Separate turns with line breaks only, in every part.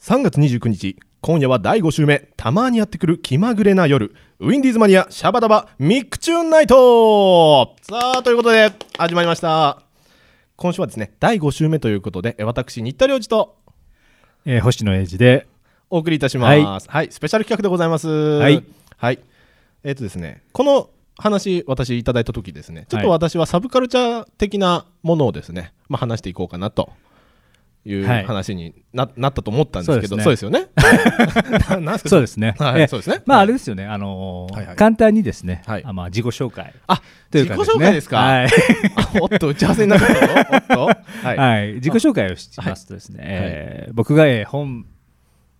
3月29日今夜は第5週目たまにやってくる気まぐれな夜ウィンディーズマニアシャバダバミックチューンナイトさあということで始まりました今週はですね第5週目ということでえ私新田良二と
えー星野英二で、
お送りいたします。はい、スペシャル企画でございます。はいえっ、とですね、この話私いただいた時ですね、ちょっと
はい
私はサブカルチャー的なものをですね、まあ話していこうかなと。いう
はい
話にななったと思ったんですけど、そ
そう
で
うです
よね。ななんすか
そうですね、
はい
え
そうですね
まああれですよね、あのー
はいはい
簡単にですね、
はい
あまあ、自己紹介
あ、
とい
自
う
己
か
紹介ですか。
はい、
あおっと打ち合わせになったぞおっと。はい。はい。
はい自己紹介をしますとですね、えー僕が、えー本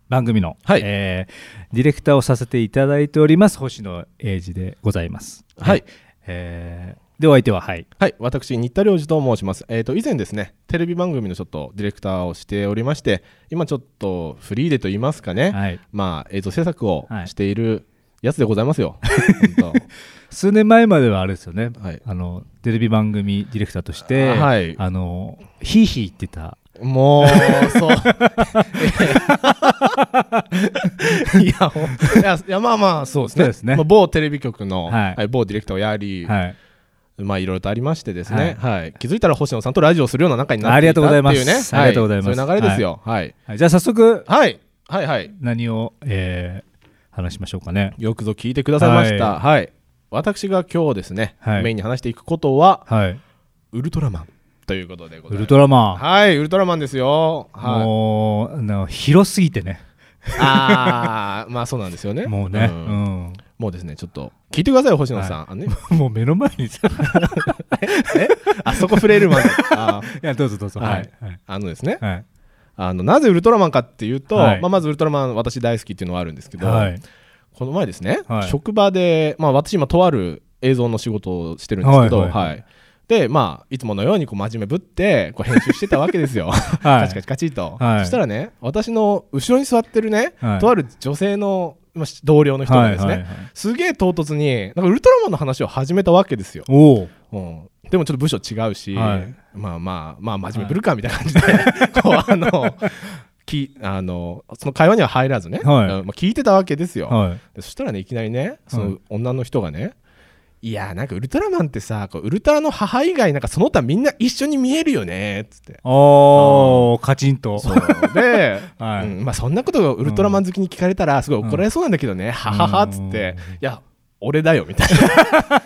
番組の、
はい
えーディレクターをさせていただいております星野英二でございます。
はい
えーでお相手ははい
私新田良二と申します。えっ、と以前ですね、テレビ番組のちょっとディレクターをしておりまして、今ちょっとフリーでと言いますかね、
はい
まあ、映像制作を
はい
しているやつでございます よ。本
数年前まではあれですよね、
はい
あのテレビ番組ディレクターとして、
あはい
あのヒーヒー言ってた
当もう、そう。 いやほんいや、いやまあまあ、そうですね。
そうですね
まあ、某テレビ局の、は
はいい
某ディレクターをやり、
はい、
まあ、いろいろとありましてですね、はい気づいたら星野さんとラジオをするような仲になって
あ
い
り
たっ
が
て
と
いううね。
ございますありがとうございます
そういう流れですよ。はい。
はい、じゃあ早速
はい。はい、はい。
何を、えー話しましょうかね
よくぞ聞いてくださいました。はい。私が今日ですね、
はい
メインに話していくことは、
はい
ウルトラマンということでございます
ウル。トラマ
はい、ウルトラマンですよ。
ン、
はい、
もうあの広すぎてね
ああ、まあそうなんですよね。
もうね、うん
もうですね、ちょっと聞いてくださいよ、星野さん。あのね、
ん もう目の前 にさい
あそこ触れるまで。あー
やどうぞどうぞ
は
はいいはい、
あのですね、
はい
あのなぜウルトラマンかっていうと、
はい
まあ、まずウルトラマン私大好きっていうのはあるんですけど、
はい
この前ですね、
はい
職場で、まあ、私今とある映像の仕事をしてるんですけど、は
はいいはい
でまあ、いつものようにこう真面目ぶってこう編集してたわけ ですよ。カチカチカチッと、
はい
そしたらね私の後ろに座ってるね、
はい
とある女性のまあ同僚の人がですね、
はいはいはい
すげえ唐突になんかウルトラマンの話を始めたわけですよ、
おお
うんでもちょっと部署違うし、
はい
まあまあまあ真面目ぶるかみたいな感じで、 こうあのきあのその会話には入らずね、
はい
あのまあ、聞いてたわけですよ、
はい
でそしたらねいきなりねそ
は
の
い
女の人がね、いやーなんかウルトラマンってさこうウルトラの母以外なんかその他みんな一緒に見えるよねっつって
おおカチンと
そう で、
はい
うんまあ、そんなことがウルトラマン好きに聞かれたらすごい怒られそうなんだけどね、はははっつって、いや俺だよみたい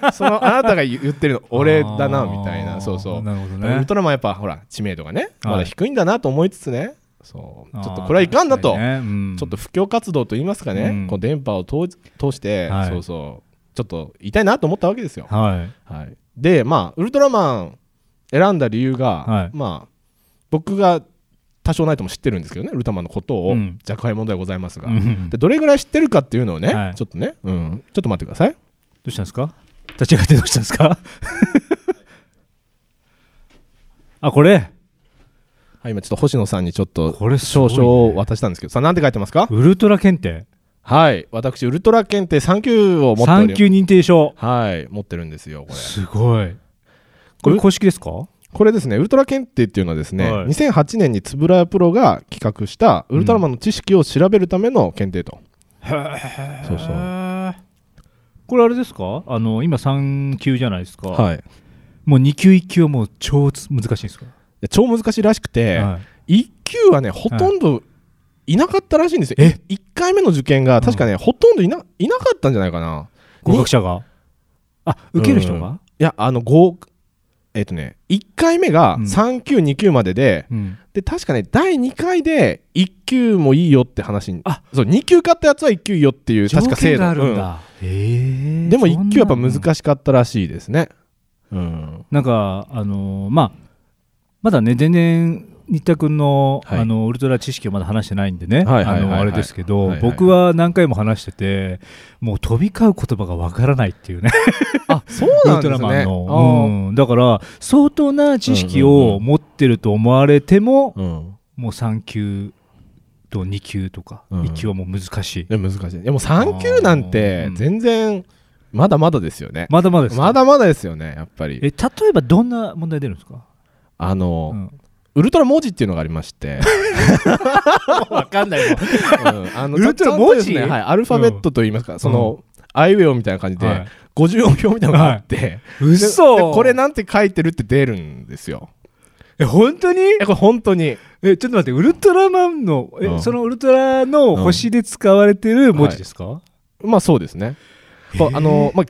な そのあなたが言ってるの俺だなみたい
あ
な
ー
そうそう、
なるほど
ウル
ね
トラマンやっぱほら知名度がねまだ低いんだなと思いつつねそう
あー
ちょっとこれはいかんなと、
確かにねうん
ちょっと布教活動といいますかね、
うん
こう電波を通通して、
はい
そうそうちょっと言いたいなと思ったわけですよ、
はい
はい、でまあウルトラマン選んだ理由が、
はい
まあ僕が多少ないとも知ってるんですけどねウルトラマンのことを、
うん
若輩問題ございますが、
うん
でどれぐらい知ってるかっていうのをね、
はい
ちょっとね、うん、ちょっと待ってください
どうしたんですか立ち上がってどうしたんですか あ、これ、
はい今ちょっと星野さんにちょっと
これすご
少
いね
々渡したんですけど、さあ何て書いてますか
ウルトラ検定。
はい私ウルトラ検定3級を持っており
3級認定証。
はい持ってるんですよこれ
すごい。これ公式ですか
これですねウルトラ検定っていうのはですね、
はい
2008年に円谷プロが企画したウルトラマンの知識を調べるための検定と、そうそう
へーこれあれですかあの、今3級じゃないですか。
はい
もう2級、1級はもう超つ難しいんですか、
で超難しいらしくて、
はい
1級はねほとんどいなかったらしいんですよ、
え
1回目の受験が確かね、ほとんどいないなかったんじゃないかな
合格者が。あ、受ける人が
いやあの5えっ、とね1回目が
うん
3級2級までで、
うん。
で確かね第2回で1級もいいよって話に
あ
そう2級勝ったやつは1級いいよっていう確か制
条件
度
があるん
うん
だ。へー
でも1級やっぱ
そんなの
難しかったらしいですね。うん、
なんか、あのーまあ、まだね、全然、新田君の,、
はい
あのウルトラ知識をまだ話してないんでね、
はいはいはい
あ
はい
のあれですけど、
はいはいはい
僕は何回も話してて、もう飛び交う言葉がわからないっていうね、
あそう
ウ
な
ル
んで
ト
す
ラマン
ね。
の、うんだから、相当な知識
うんうんう
を持ってると思われても、
あーうん
もう3級と2級とか、
うん
1級はもう難しい、
でも難しい。でも3級なんて
うん
全然まだまだですよね。
まだまだですか
まだまだですよねやっぱ
え
り。
例えばどんな問題出るんですか、
あ
う
の、
ん
ウルトラ文字っていうのがありまして、
わかん ないもん。
うんあの
ウルトラ文字
ちゃんとですねはい、アルファベットといいますか、その、アイウェオみたいな感じで、
はい
50音表みたいなのがあって、で
嘘
でこれなんて書いてるって出るんですよ。
え、本当に
え、これ本当に。
え、ちょっと待って、ウルトラマンの、え、
うん
そのウルトラの星で使われてる文字ですか、
まあそうですね。こうあの、まあ、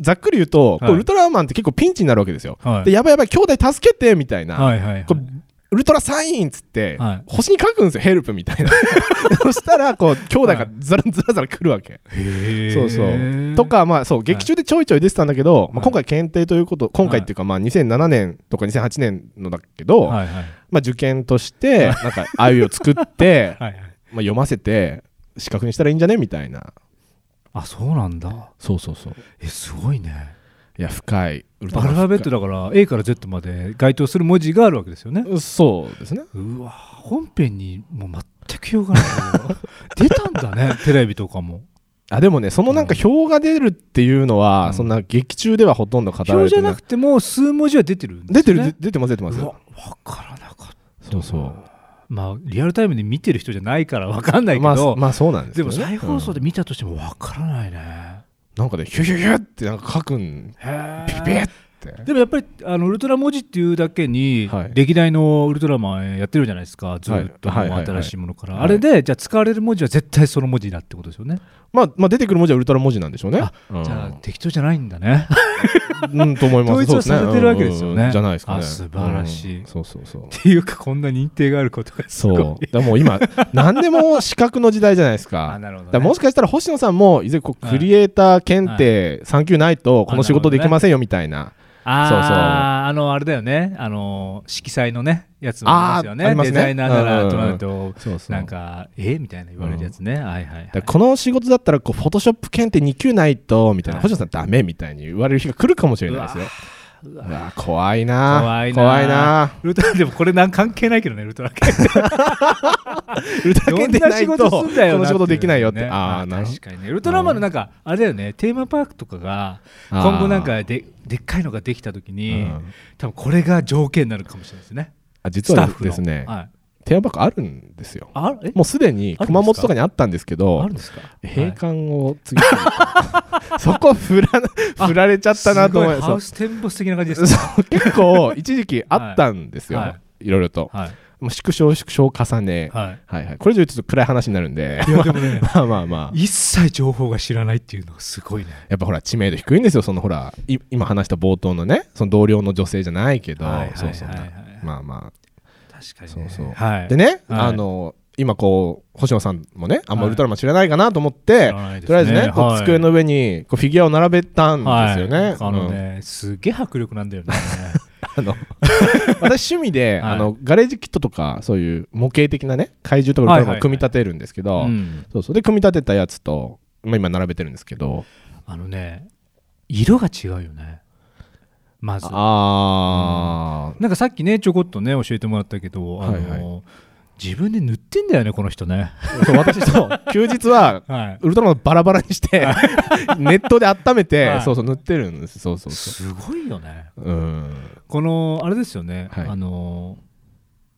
ざっくり言うと、こう
はい
ウルトラマンって結構ピンチになるわけですよ。
はい
で、やばいやばい、兄弟助けてみたいな。
はいはいはい
こうウルトラサインっつって、
はい
星に書くんですよ、ヘルプみた いな。そしたら、こう、兄弟がずらずらずら来るわけ。
へー
そうそう。と、か、まあそう、劇中でちょいちょい出てたんだけど、まあ、今回検定ということ、今回っていうか、まあ2007年とか2008年のだけど、
はいはい
まあ受験として、なんか、あゆを作って、
はいはい。
まあ読ませて、資格にしたらいいんじゃねみたいな。
あ、そうなんだ。
そうそうそう。
え、すごいね。
いや、深い。ウル
アルファベットだから A から Z まで該当する文字があるわけですよね。
だ。そうですね。
うわ本編にもう全く用がない 出たんだねテレビとかも
あでもね、そのなんか表が出るっていうのは、
うん
そんな劇中ではほとんど語ら
表
れ
じ
て
ゃ
な
なく
く
ても数文字は出てるんで
出
す
て
ね
る、出てます、出てます
う。わ分からなかった
そうそう。
まあリアルタイムで見てる人じゃないから分かんないけど、
まあ、まあそうなんです
で
よ
も
ね
再放送で
うん
見たとしても分からないね、
なんかね、ヒュヒュヒュってなんか書くん、
へ
ピ
ー
ピピって。
でもやっぱりあのウルトラ文字っていうだけに、
はい
歴代のウルトラマンやってるじゃないですかずっとも
は
う
いはいはいはい
新しいものから、
はい
あれでじゃあ使われる文字は絶対その文字だってことですよね、
まあ、まあ、出てくる文字はウルトラ文字なんでしょうね。
あ
うん
じゃあ適当じゃないんだね
うん、と思います。
統一はされてるわけですよね
そうでじゃないですかね。
あ素晴らしい
うんそうそうそう。
っていうかこんな認定があることがすごい
そう。でもう 今、何でも資格の時代じゃないですか。
あなるほどね、
だからもしかしたら星野さんもいずれこう
はい
クリエイター検定3級ないとこの仕事できませんよみたいな。
あー
そうそう
あのあれだよねあの色彩のねやつもありますよね
あーありますね
デザイナーならとなると、
そうそ
なんかえみたいな言われるやつね、はいはい、はい
だからこの仕事だったらこうフォトショップ検定2級ないとみたいな
はい
星野さんダメみたいに言われる日が来るかもしれないですよ。
う
う
わ
わ怖いな
怖いな
怖いな
ウルトラでもこれなん関係ないけどねウルトラ 系
ウルトラ検定ないと
こ
この仕事できないよって。ああなるほど
確。かにねウルトラマンのなんかあれだよねテーマパークとかが今後なんかででっかいのができた時
あ
に、
ーうん
多分これが条件になるかもしれないですね
あ実
スタッ
は
フの
ですね
はい、
テーマパークあるんですよ。
あえ
もうすでに熊本とかにあったんですけど
あるんですか
閉館を次々そこ振らな振られちゃったなと思
すごいハ
い
ウステンボス的な感じですね
そう結構一時期あったんですよ、
はいい
ろいろと、
はい
もう縮小縮小重ね、
は
はいはい、これ以上言うとちょっと暗い話になるんで
いやでも ね
まあまあまあ
一切情報が知らないっていうのがすごいね
やっぱほら知名度低いんですよそのほらい今話した冒頭のねその同僚の女性じゃないけど、
はいはいはいはい
そうそうまあま
確
あ
か
そ
にね
うそう、
はい
でね、
はい
あの今こう星野さんもねあんま
はい
ウルトラマン知らないかなと思って、
知らないです
とりあえずね、こう
はい
机の上にこうフィギュアを並べたんですよね。
はいあの
うん
ねすげえ迫力なんだよ ね
あの 私趣味で、
はい
あのガレージキットとかそういう模型的なね怪獣とかウルトラマンを組み立てるんですけど、
うん
そうそうで組み立てたやつと、まあ、今並べてるんですけど
あのね色が違うよねまず
あー、
なんかさっきねちょこっとね教えてもらったけどあの、
はいは自
自分で塗ってんだよねこの人ね
そう私そう休日は
はい
ウルトラマンバラバラに してネットで温めて、
はい
そうそう塗ってるんですそうそうそ
すごいよね
ううん
このあれですよね、
はい
あの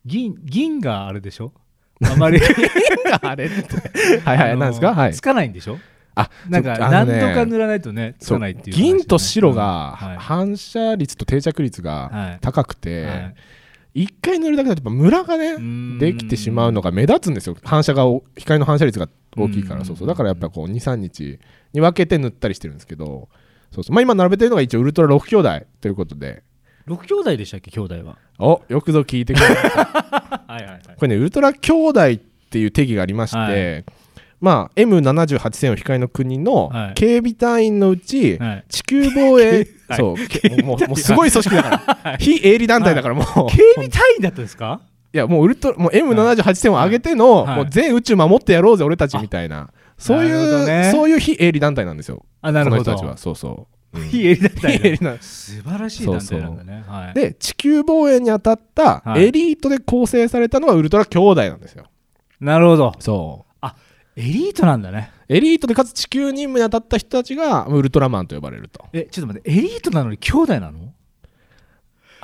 銀銀があれでしょあ まり
あれってはいはい、
あの
なんですかはい
つかないんでしょ
あ
なんか
そあの
何
ね
度か塗らないとねつかないっていう話ね、
銀と白が
うんはい
反射率と定着率
は
が
い
高く
は
て
い
一回塗るだけだとやっぱムラが
う
ね
ーん
できてしまうのが目立つんですよ反射がお光の反射率が大きいか
う
ら
ん
そうそうだからやっぱこう23日に分けて塗ったりしてるんですけどそうそうまあ今並べてるのが一応ウルトラ6兄弟ということ で
六兄弟でしたっけ兄弟 は
およくぞ聞いてくれた
はいはいはい
これねウルトラ兄弟っていう定義がありまして、
は
まあ M78 戦を光の国の
はい
警備隊員のうち、
はい
地球防衛
はい
そうけもうもうもうすごい組織だから非営利団体だからもう、い、
警備隊員だったんですか
やもうウルトラもう M78 戦を上げての、
はい
もう全宇宙守ってやろうぜ俺たちみたいなそうい
なるほ
う、
どね
そういう非営利団体なんですよ
あなるほ
こ
ど
の人たちはそうそう、うん
非営利団体
非営利団
素晴らしい団体なんだねはい
で地球防衛に当たった
はい
エリートで構成されたのがウルトラ兄弟なんですよ、
なるほど
そう
エリートなんだね
エリートでかつ地球任務に当たった人たちがウルトラマンと呼ばれると。
えちょっと待ってエリートなのに兄弟なの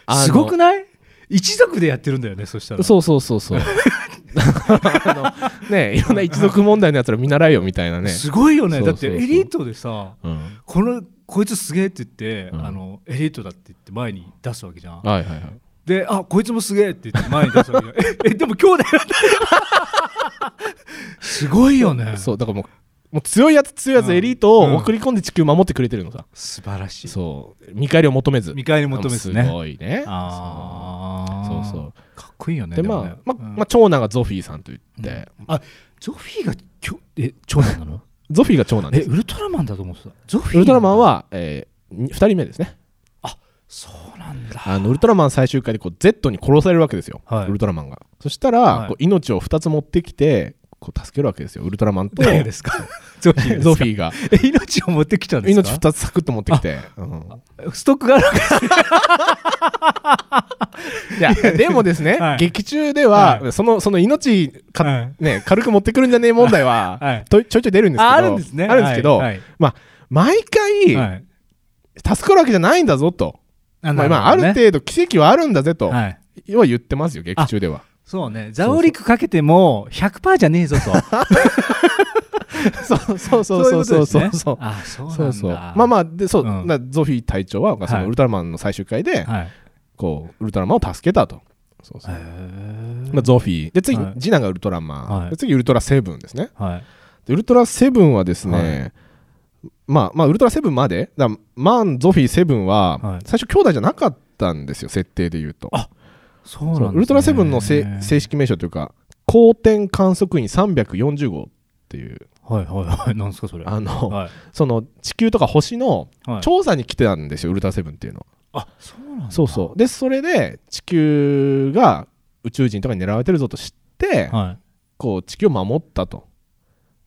あの
すごくない一族でやってるんだよねそしたら
そうそうそうそうあのねいろんな一族問題のやつら見習えよみたいなね、
すごいよね
そうそう
だっ
そう
てエリートでさ
うん、
このこいつすげえって言って、
うん
あのエリートだって言って前に出すわけじゃ
は
ん
いはいはい
であこいつもすげえって言って前に出すわけじゃ んええでも兄弟なん だすごいよね
そうだからもうもう強いやつ強いやつ
うん
エリート
うん
を送り込んで地球守ってくれてるのさ、
素晴らしい
そう見返りを求めず
見返り求めず
す
ね
ごいね
ああ
そうそう
かっこいいよね
で
でも
まあ、
ね
まあ
うん
まあ長男がゾフィーさんと言って、
あゾフィーがきょえ長 男なの
ゾフィーが長男
え
です
ウルトラマンだと思ってたゾフィー
ウルトラマンは、え2人目ですね
そうなんだ
あのウルトラマン最終回でこう Z に殺されるわけですよ、
はい
ウルトラマンがそしたら、
はい
こう命を2つ持ってきてこう助けるわけですよウルトラマンと
誰 がですかゾフィーがですか
ゾフィーが
え命を持ってきたんです
命
か
2つサクッと持ってきて、うん
ストックがあるわ
い
け
やでもですね、
はい
劇中では、
は
そのその命か、
はい
ね、軽く持ってくるんじゃねえ問題は、
はい
とちょいちょい出るんですけど
ああるんですね
あるんですけど、
はい
まあ、毎回、
はい
助かるわけじゃないんだぞと。
あ
まあ、まあある程度奇跡はあるんだぜと、
はい
要は言ってますよ劇中では
そうねザオリクかけても100%じゃねえぞと
そうそう
そ
そう
いう
そ
こ
う
と
そ
で
う
す
そうそ
ね
う
あそうなんだ
そうそうまあまあでそう、
うん
なゾフィー隊長はそ
はい
のウルトラマンの最終回で、
はい
こうウルトラマンを助けたとそうそう、
へー
まあ、ゾフィーで次、
はい
次男がウルトラマン、
はい
で次ウルトラセブンですね
はい
でウルトラセブンはですね、まあまあウルトラセブンまでだからマンゾフィーセブンは
はい
最初兄弟じゃなかったんですよ設定で言うと
あそうなん
そ
です
う
ね
ウルトラセブンのせ正式名称というか光天観測員340号っていう
はいはいはいなんですかそれ
あの、
はい
その地球とか星の
はい
調査に来てたんですよ、ウルトラセブンっていうのは
あそうなんだ
そうそうでそれで地球が宇宙人とかに狙われてるぞと知って、
は
こう地球を守ったと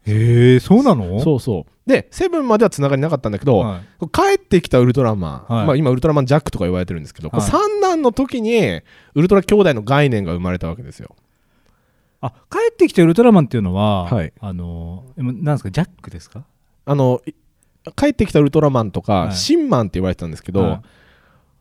いへえそうなの
そうそうでセブンまではつながりなかったんだけど、
はい
こう帰ってきたウルトラマン、
はい
まあ、今ウルトラマンジャックとか言われてるんですけど、こう
はい
三男の時にウルトラ兄弟の概念が生まれたわけですよ
あ帰ってきたウルトラマンっていうのは、
はい
あのえなんですかジャックですか
あのい帰ってきたウルトラマンとか、
はい
シンマンって言われてたんですけど、
はい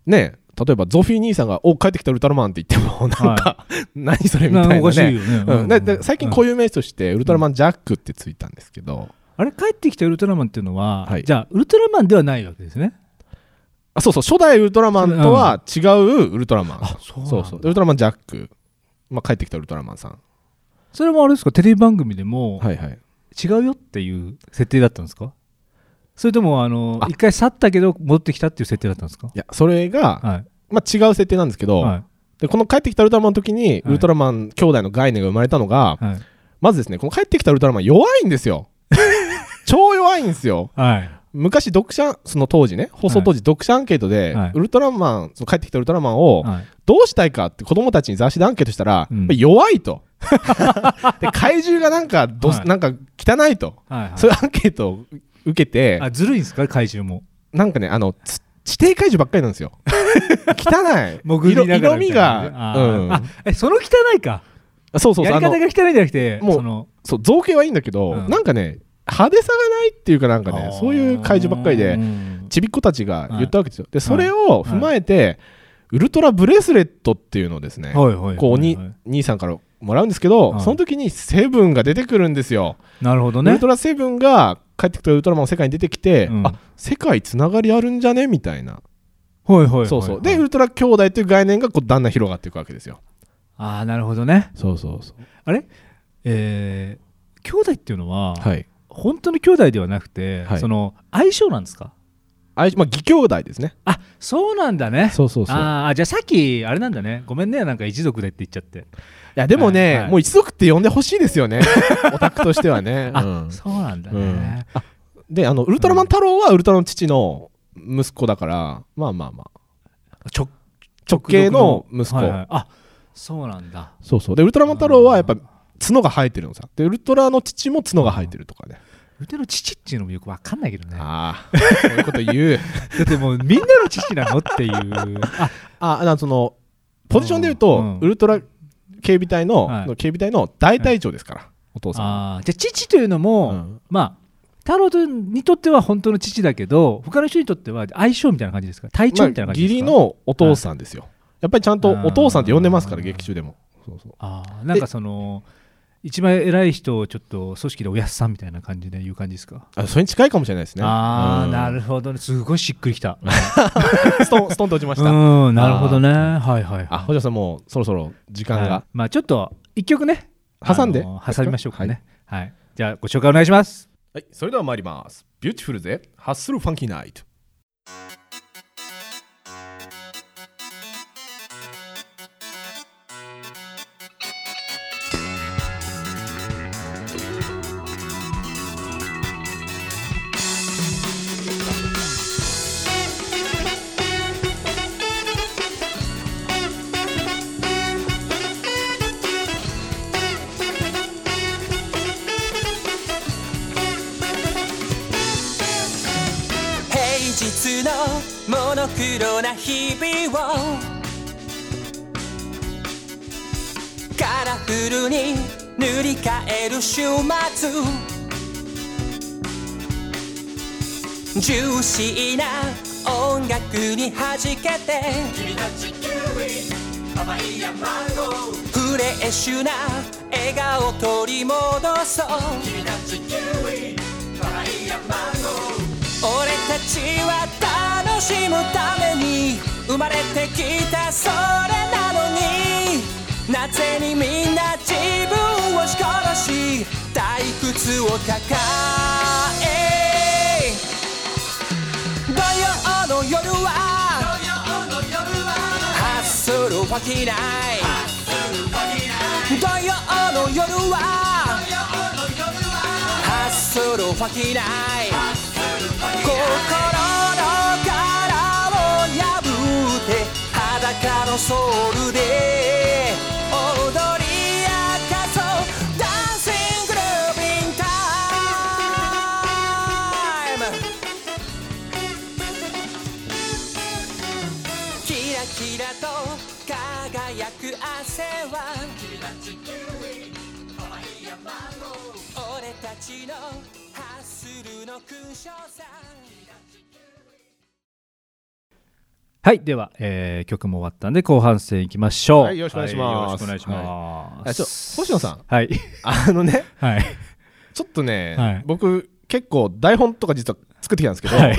ね例えばゾフィー兄さんが「お帰ってきたウルトラマン」って言ってもなんか、 何それみたいな、
な
ね
んかおかしいよね
うんだだ最近こ
いう
いう名詞としてウルトラマンジャックってついたんですけど、
あれ帰ってきたウルトラマンっていうのは、
はい
じゃあウルトラマンではないわけですね
あそうそう初代ウルトラマンとは違うウルトラマン、
そう
そうそうウルトラマンジャック、まあ、帰ってきたウルトラマンさん
それもあれですかテレビ番組でも
はいはい
違うよっていう設定だったんですかそれともあの
あ
一回去ったけど戻ってきたっていう設定だったんですか
いやそれが、
はい
まあ、違う設定なんですけど、
は
でこの帰ってきたウルトラマンの時にウルトラマン兄弟の概念が生まれたのが、
いはい
まずですねこの帰ってきたウルトラマン弱いんです よ超弱いんですよ
はい
昔読者その当時ね放送当時読者アンケートで、
はい
ウルトラマンその帰ってきたウルトラマンを
はい
どうしたいかって子供たちに雑誌でアンケートしたら、
うん
まあ弱いと で怪獣がなんかどす、
はい
なんか汚いと、
はいはい
そういうアンケートを受けて
あずるいんですか怪獣も
なんかねあのつ地底怪獣ばっかりなんです よ汚い
潜りなが
色色
ら
味
みたいな
が、
ね
うん、
あーあえその汚いか
そうそうそう
やり
あ
方
の
が汚いんじゃなくて
もう
その
そう造形はいいんだけど、
うん
なんかね派手さがないっていうかなんか
あ
ね
ー
そういう怪獣ばっかりで
うん
ちびっ子たちが言ったわけですよ、でそれを踏まえて、ウルトラブレスレットっていうのをですね、
はいはい
こうお
はい
に
はい
兄さんからもらうんですけど、
はい
その時にセブンが出てくるんですよ、
なるほど
ウ
ね
ルトラセブンが帰ってきたウルトラマンの世界に出てきて、
うん
あ世界つながりあるんじゃねみたいな、
はいはいはいはい
そうそうでウルトラ兄弟という概念がこうだんだん広がっていくわけですよ
ああなるほどね
そうそうそう
あれえー兄弟っていうのは、
はい
本当の兄弟ではなくて、
はい
その相性なんですか
あいまあ義兄弟ですね
あそうなんだね
そうそうそう
ああじゃあさっきあれなんだねごめんねなんか一族でって言っちゃって
いやでもね、
はいはい
もう一族って呼んでほしいです よねオタクとしてはね、
あ、
うん
そうなんだね、
うんであのウルトラマン太郎はウルトラの父の息子だからまあまあまあ
直
直系の息子、
はいはいあそうなんだ
そうそうでウルトラマン太郎はやっぱ角が生えてるのさでウルトラの父も角が生えてるとかね
うての父っていうのもよくわかんないけどねだ
ああそういうこと言う
ってもうみんなの父なのっていうあ
ああそのポジションで言うと、
うん
ウルトラ警備隊の,、
はい
警備隊の大隊長ですから、お父さんは
あーじゃあ父というのも、
うん
まあ太郎にとっては本当の父だけど他の人にとっては相性みたいな感じですか体調みたいな
まあ
感じで
義
す
理
か、
のお父さんですよ、ややっぱりちゃんとお父さんって呼んでますから劇中でもそうそう
ああなんかその一番偉い人をちょっと組織でおやっさんみたいな感じで言う感じですか、
あそれに近いかもしれないですね
ああ
うん
なるほどねすごいしっくりきた
ストンストンと落ちました
うんなるほどねはいはいはい
あ星野さんもうそろそろ時間
は
が
いまあちょっと一曲ね
挟んで
あの挟みましょうかねはい、じゃあご紹介お願いします
はい、それでは参ります。ビューティフルでハッスルファンキーナイト。
平日のモノクロな日々をカラフルに塗り替える週末ジューシーな音楽に弾けて君たちキウイパパイヤマンゴーフレッシュな笑顔取り戻そう君たちキウイパパイヤマンゴー俺たちは楽しむために生まれてきたそれなのになぜにみんな自分を殺し退屈を抱え土曜の夜はハッスルはきない土曜の夜はハッスルはきない心の殻を破って裸のソウルで踊り明かそうダンシングルービングタイムキラキラと輝く汗は俺たちのハッスルの勲章さ
はいでは、えー曲も終わったんで後半戦いきましょう
はいよろしくお願いします
はいよろしくお願いしま
あ
す
ちょ星野さん
はい
あのね
はい
ちょっとね、
はい
僕結構台本とか実は作ってきたんですけど、
はい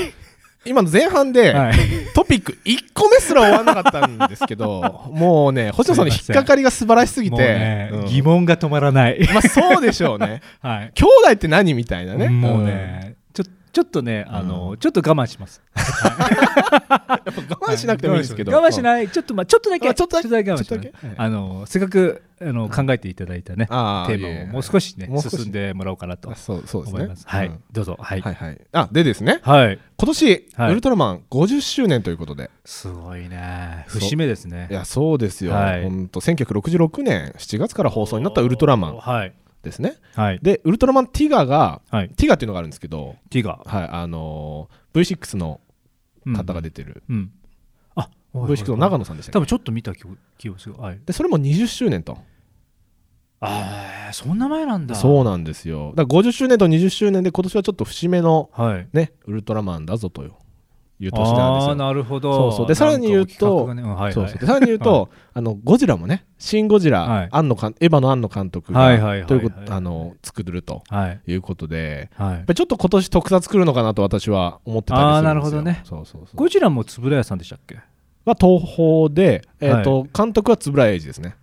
今の前半で、
はい
トピック1個目すら終わらなかったんですけ どもうね星野さんの引っかかりが素晴らしすぎ
も
て
うね、
うん
疑問が止まらない、
まあそうでしょうね
はい
兄弟って何みたいなね
もうね、ちょちょっとねあの、ちょっと我慢します
うん我慢しなくてもいいんですけど、
我慢し
い、
ないちょっとまあちょっとだけ
あちょっとだけ
我慢しま
ちょっとだ
す
けはい
あのせっかくあの考えていただいたねテ
あーいえい
ー
え
マをもう少しね
もう少し
進んでもらおうかなと
あそうそうです
思
ね
いますはい、
うん
どうぞはい
はいはいあでですね
はい
今年、
はい
ウルトラマン50周年ということです
ごいね節目ですね
いやそうですよ、
はい
ほんと1966年7月から放送になったウルトラマン
はい
ですね
はい
でウルトラマンティガが
はい
ティガっていうのがあるんですけど、
ティガ
はいあのー V6 の
うん
方が出てる、
うんあ
V6 の長野さんでしたっけ
多分ちょっと見た記憶記憶するはい
でそれも20周年と
あーそんな前なんだ
そうなんですよだから50周年と20周年で今年はちょっと節目の
はい
ねウルトラマンだぞといういう年なんです
ああー
よ
なるほ
そ
ど
うそうでさらに言うと、
なんか企画がねんはいはい
そうそうでさらに言うと、あのゴジラもね「シン・ゴジラ」
はい
庵野監エヴァの庵野監督が、
はいはいはいはい
ということあの作ると
はい
いうことで
は
や
い
っぱりちょっと今年特撮作るのかなと私は思ってたりするんですよ
あーなるほどね
そうそうそう
ゴジラも円谷さんでしたっけ
は東宝で、えーと監督は円谷英二ですね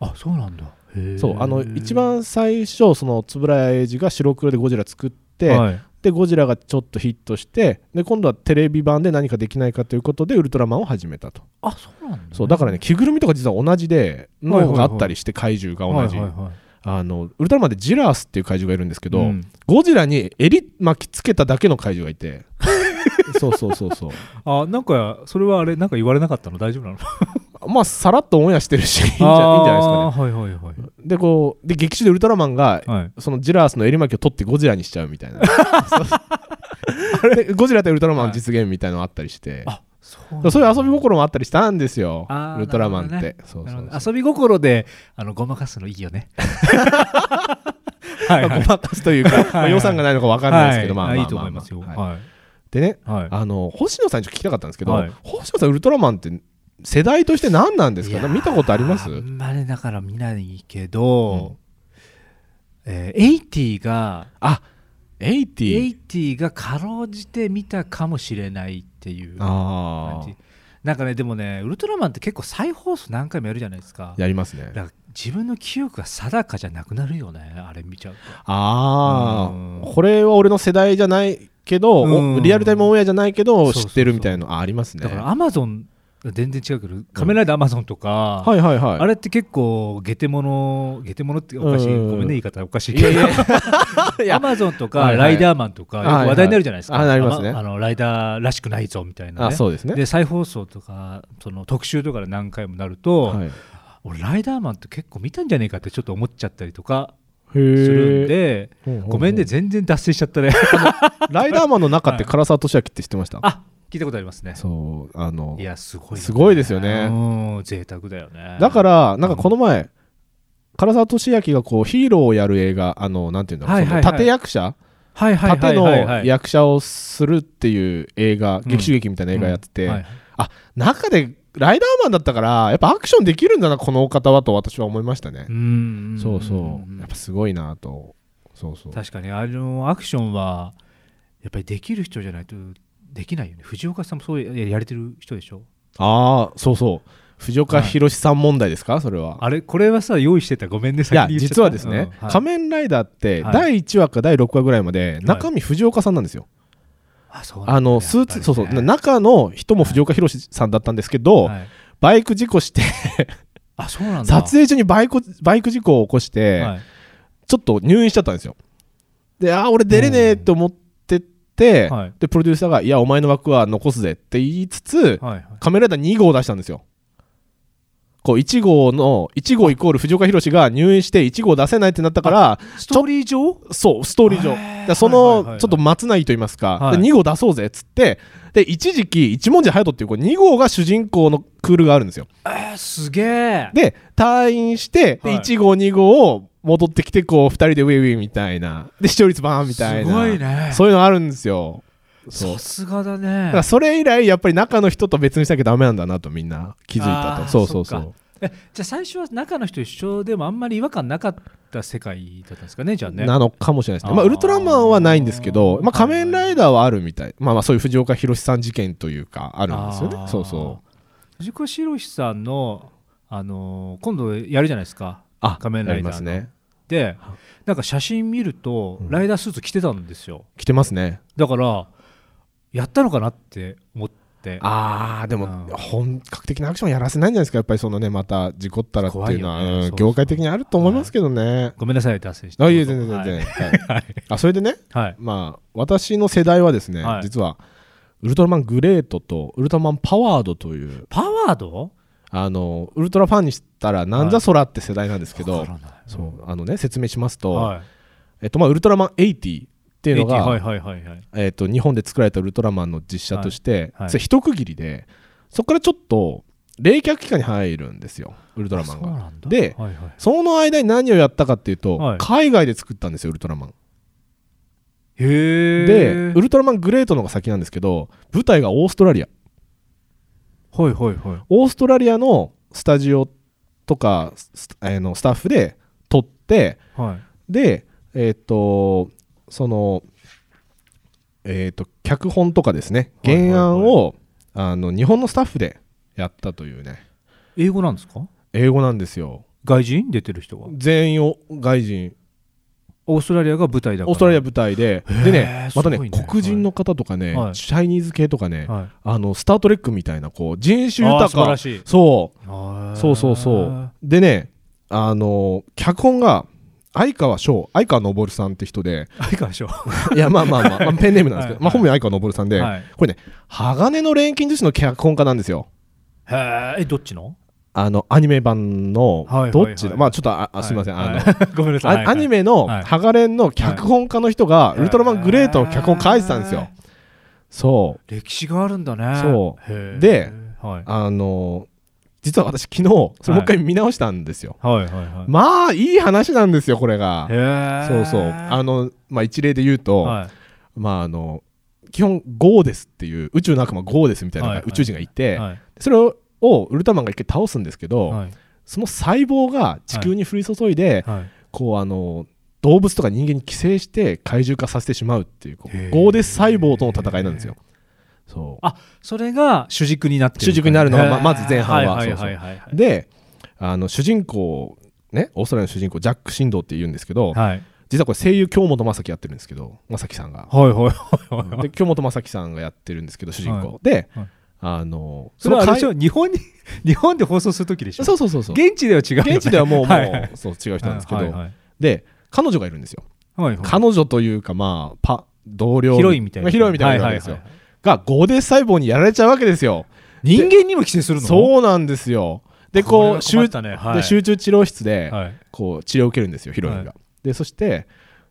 あそうなんだへー
そうあの一番最初その円谷英二が白黒でゴジラ作って、
はい
でゴジラがちょっとヒットしてで今度はテレビ版で何かできないかということでウルトラマンを始めたと
あそうなんだね
そうだからね着ぐるみとか実は同じで
はいはい
脳があったりして怪獣が同じ
はいはいはい
あのウルトラマンでジラースっていう怪獣がいるんですけど、
うん
ゴジラに襟巻きつけただけの怪獣がい てそうそうそうそう
あなんかそれはあれなんか言われなかったの大丈 夫なのいいんじ
まあさらっとオンエアしてるしいいんじゃいいんじゃないですかね
はいはいはい
でこうで劇中でウルトラマンが
はい
そのジラースの襟巻きを取ってゴジラにしちゃうみたい なでゴジラ対ウルトラマンの実現みたいなのあったりして、
あそうなん
だから
だ
そういう遊び心もあったりしたんですよ
あー
ウルトラマンって、
なるほどね
そう
な
そ
る
う
ほど遊び心であのごまかすのいいよねはい
ま
は
あ
い
ごまかすというか、まあ予算がないのか分かんないですけど、まあまあまあまあ
いいと思いますよ
は
はい
でね、
はい
あの星野さんにちょっと聞きたかったんですけど、
はい
星野さんウルトラマンって世代として何なんです
い
か
やー
見たことあります
あんまりだから見ないけど、えー、80が
あエイティ
80がかろうじて見たかもしれないっていう感
あ
じ
あ
なんかねでもねウルトラマンって結構再放送何回もやるじゃないですか
やりますね
だから自分の記憶が定かじゃなくなるよねあれ見ちゃうと
あ
う
あ
ん
これは俺の世代じゃないけど
うん
おリアルタイムオンエアじゃないけ
そ
ど
うそうそう
知ってるみたいなのあありますね
だからアマゾン全然違うけど「仮面ライダーアマゾン」とか、
はいはいはい
あれって結構ゲテモノゲテモノっておかしい、
うんうんうん
ごめんね言い方おかしいけど
い
アマゾンとか
はいは
ラ
い
イダーマンとかよく話題になるじゃないですか、
はいはいあなりますね
あのライダーらしくないぞみたいな、ね、
あそうですね
で再放送とかその特集とかで何回もなると、
はいへ
俺ライダーマンって結構見たんじゃねえかってちょっと思っちゃったりとかするん
え
で、
ほうほうほう
ごめんね全然脱線しちゃ ったね
ライダーマンの中って唐沢俊明って知ってました
あ聞いたことありますね
そうあの
いやすごいよね
すごいですよね
うん贅沢だよね
だからなんかこの前唐沢俊明がこうヒーローをやる映画あのなんていうんだろう
はい
そ
はいは
の
い
盾役者
はいはいは
盾
いはいは
の
い
役者をするっていう映画
ん
劇中劇みたいな映画やって
うんはい
てあ中でライダーマンだったからやっぱアクションできるんだなこのお方はと私は思いましたね
うんうんん
そうそうやっぱすごいなとそうそう
確かにあのアクションはやっぱりできる人じゃないとできないよね藤岡さんもそうややれてる人でしょ
ああそうそう藤岡弘さん問題ですかそれは
あれこれはさ用意してたごめんね
い
先
や
に言っちゃった
実はですね、
うんはい
仮面ライダーって
はい
第1話か第6話ぐらいまで
い
中身藤岡さんなんですよ、
あそう
あのスーツ、そうそう
な
中の人も藤岡弘さんだったんですけど、
はい
バイク事故して
あそうなんだ
撮影中にバイクバイク事故を起こして、
はい
ちょっと入院しちゃったんですよでああ俺出れねえって思ってて、
はい
でプロデューサーが「いやお前の枠は残すぜ」って言いつつ、
はいはい
カメライダー2号を出したんですよこう1号の1号イコール藤岡弘が入院して1号出せないってなったから
ストーリー上
そうストーリー上
へ
だ
ー
からそ
はいはいはいは
の
い
ちょっと松内と言いますか、
はい
2号出そうぜっつってで一時期一文字隼人っていうこう2号が主人公のクールがあるんですよ
えーすげえ
で退院して、
はい
で1号2号を戻ってきてこう2人でウェイウェイみたいなで視聴率バーンみたいな
すごいね
そういうのあるんですよそう
さすがだ
だから
ね
それ以来やっぱり中の人と別にしなきゃダメなんだなとみんな気づいた
あー
とそうそうそ
そっか
う
えじゃあ最初は中の人一緒でもあんまり違和感なかった世界だったんですかねじゃあね
なのかもしれないですね。まあ、
あー
ウルトラマンはないんですけど、まあ、
はい
仮面ライダーはあるみたい。まあ、まあそういう藤岡弘さん事件というか、あるんですよね。
あー
そうそう。
藤子博さんの、あのー今度やるじゃないですか
あ
仮面ライダーの
やりますね。
でなんか写真見るとライダースーツ着てたんですよ、
来てますね。
だからやったのかなって思って
あー、でも
うん、
本格的なアクションやらせないんじゃないですか。やっぱりそのね、また事故ったらっていうのは、
怖いよね
うん
そうそう
業界的にあると思いますけどね。
ごめんなさい脱線して
あ、いえ、全然全然。はいあ、それでね、
はい、はい
まあ、私の世代はですね
は、い
実は、ウルトラマングレートとウルトラマンパワードという
パワード
あのウルトラファンにしたらなんじゃそらって世代なんですけど、
わからない
そうあのね説明しますと、
はい
えっとまあ、ウルトラマン80っていうのが、
80はいはいはいはい
えっと、日本で作られたウルトラマンの実写として、
はいはい
それ一区切りでそこからちょっと冷却期間に入るんですよウルトラマン
あそう
が。
なんだ
で
はいはい
その間に何をやったかっていうと、
はい
海外で作ったんですよウルトラマン。
へえ
でウルトラマングレートのが先なんですけど舞台がオーストラリア
はいはいはい
オーストラリアのスタジオとかスあのスタッフで撮って、
はい
でえっ、とそのえっ、と脚本とかですね
はいはいはい
原案を、あの日本のスタッフでやったというね
英語なんですか
英語なんですよ
外人出てる人は
全員を外人
オーストラリアが舞台だから
オーストラリア舞台ででね
す
ま
ご
た
いね
ね黒人の方とかね、
はい
チャイニーズ系とかね、
はい
あのスター・トレックみたいなこう人種
あー
豊
素晴
から
しい
そう
そ
そうそうそうでねあの脚本が相川翔相川昇さんって人で
あいかがでしょう
いやまあまあまあ、まあ、ペンネームなんですけど、
はい
まあ、本名相川昇さんで、
はい
これね鋼の錬金術師の脚本家なんですよ
へえどっちの
あのアニメ版の
はいはい
ど
はい
っちだ、まあちょっとあ、あすいません、
は
あの、
はい ごめんなさい
あアニメの
はい
鋼の脚本家の人が、
い
ウルトラマングレートの脚本書いてたんですよ、
へー
そう
歴史があるんだね
そう
う
で
はい
あの実は私昨日それもう一回見直したんですよ、
はいはいはい
まあいい話なんですよこれが
へ
そうそうあのまあ一例で言うと、
はい
まああの基本ゴーですっていう宇宙の悪魔ゴーですみたいなの
はい
が
はい
宇宙人がいて、
はい
それををウルトラマンが一回倒すんですけど、
はい
その細胞が地球に降り注いで、
はい
こうあの動物とか人間に寄生して怪獣化させてしまうっていうこ
へー
うゴーデス細胞との戦いなんですよ。そう
あそれが主軸になってる
主軸になるのがま
へー
まず前半はい
はいはいはいはい
であの主人公ねオーストラリアの主人公ジャック・シンドーって言うんですけど、
はい
実はこれ声優京本正樹やってるんですけど正樹さんが。
はいはいはいはい
で京本正樹さんがやってるんですけど主人公、
は
で、
はい
あの
それはあれでし
そ
ょ日本に日本で放送するときでしょ
そうそうそうそう
現地では違うよね
現地ではもう,、
はいはい
もうそう違う人なんですけど、
はいはい
で彼女がいるんですよ、
はいはい
彼女というかまあパ同僚
ヒロインみたいな
ヒロインみたいなわけですよ、
はいはいはい
がゴーデス細胞にやられちゃうわけですよ
人間にも寄生するの
そうなんですよでこう
これは困ったね
集
はい
で集中治療室で、
はい
こう治療を受けるんですよヒロインが、
は
でそして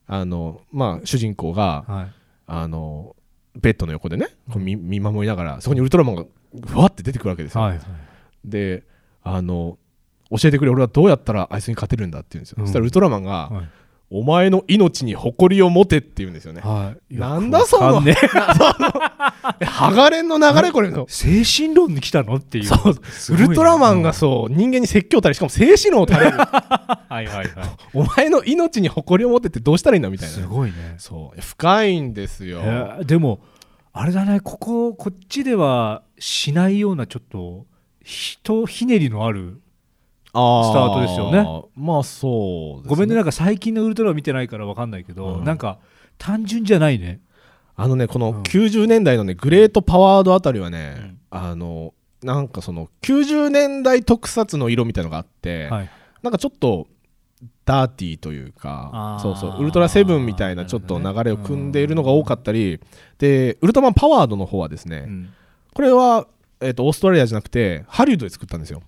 あのまあ主人公が、
はい
あのベッドの横でねこう見見守りながらそこにウルトラマンがふわって出てくるわけですよ、
はいはい
であの教えてくれ俺はどうやったらあいつに勝てるんだって言うんですよ、
うん
そしたらウルトラマンが、
はい
お前の命に誇りを持てって言うんですよね、
はいいや
なんだその
わかんねえ
剥がれんの流れこれの
精神論に来たのっていう
そう
す
ウ
ごいな
ルトラマンがそう人間に説教たりしかも精神論を垂れる
はいはいは
お前の命に誇りを持てってどうしたらいいんだみ
い
たい
す
な
ごいね
そう深いんですよ、
えーでもあれだねこここっちではしないようなちょっとひとひねりのある
あ
スタートですよね
まあそうです
ごめんねなんか最近のウルトラ見てないからわかんないけど、なんか単純じゃないね
あのねこ
ん
の90年代のねグレートパワードあたりはね、あのなんかその90年代特撮の色みたいのがあって、
はい
なんかちょっとダーティーという
あ
か
ー
そうそうウルトラセブンみたいなちょっと
なるほ
流
ど
れ
ね
を組んでいるのが多かったり、でウルトラマンパワードの方はですね、
うん
これは、えー、とオーストラリアじゃなくてハリウッドで作ったんですよ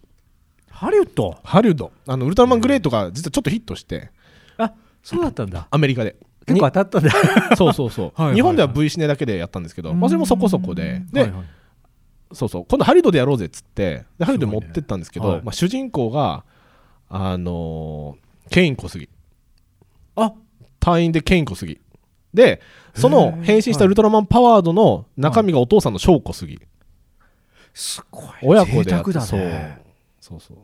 ハリウッド
ハリウッドあのウルトラマングレートが実はちょっとヒットして
あそうだったんだ
アメリカ で
結構当たったんだ
にそうそうそう
はいはいはい
日本では V シネだけでやったんですけど、まあ、それもそこそこでで、
はいはい
そうそう今度ハリウッドでやろうぜっつってでハリウッドに持ってったんですけ
す
ど、
ごいねはい
まあ、主人公があのーケイン小杉
あ
隊員でケイン小杉でその
へー
変身したウルトラマンパワードの中身がお父さんの翔小杉、
すごい
親子でや
贅
っ
沢だね
そうそうそう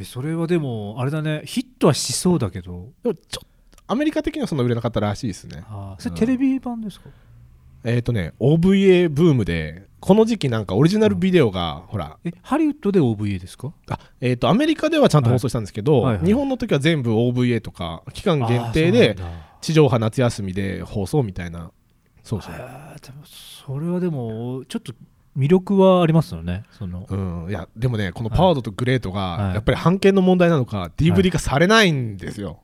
えそれはでもあれだねヒットはしそうだけど
でもちょっとアメリカ的にはそんな売れなかったらしいですね
あーそれテレビ版ですか、
えっ、とね OVA ブームでこの時期なんかオリジナルビデオが、ほら
えハリウッドで OVA ですか
あえー、とアメリカではちゃんと放送したんですけど、
はいはいはい
日本の時は全部 OVA とか期間限定
あー
で
そうなんだ
地上波夏休みで放送みたいなそうそう、
あーでもそれはでもちょっと魅力はありますよねその
うん、いやでもねこのパワードとグレートが、
はい
やっぱり版権の問題なのか DVD 化されないんですよ、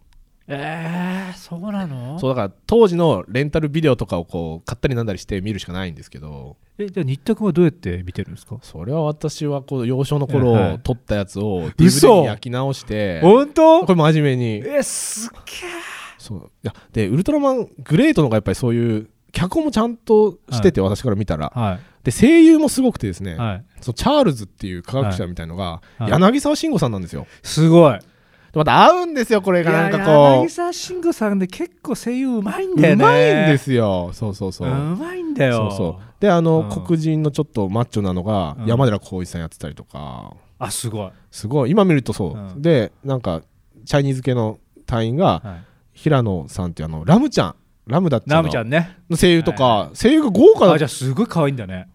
えー、そうなの
そうだから当時のレンタルビデオとかをこう買ったりなんだりして見るしかないんですけど
えじゃあ新田君はどうやって見てるんですか
それは私はこう幼少の頃、
はいはい
撮ったやつを
嘘
DVD に焼き直して
本当
これ真面目に
えすっげ
そういやでウルトラマングレートの方がやっぱりそういう脚本もちゃんとしてて、私から見たら、
えは
で声優もすごくてですね、
いはい
そのチャールズっていう科学者みたいのが、
はい
柳沢慎吾さんなんですよ
すごい
でまた合うんですよこれがなんかこ
柳沢慎吾さんで結構声優うまいん
うう
だよね
まいんですすよそうそうそうう、
まいんだ
そ
よ
うそうであの、
うん
黒人のちょっとマッチョなのが
うん
山寺宏一さんやってたりとか、
あすごい、
すごい今見るとそう、
うん
でなんかチャイニーズ系の隊員が
はい、
平野さんっていうあのラムちゃんラムだっちゃ
ナ
ん
ム
の
ちゃんね
の声優とか、声優が豪華だ
あじゃあすごい可愛いんだね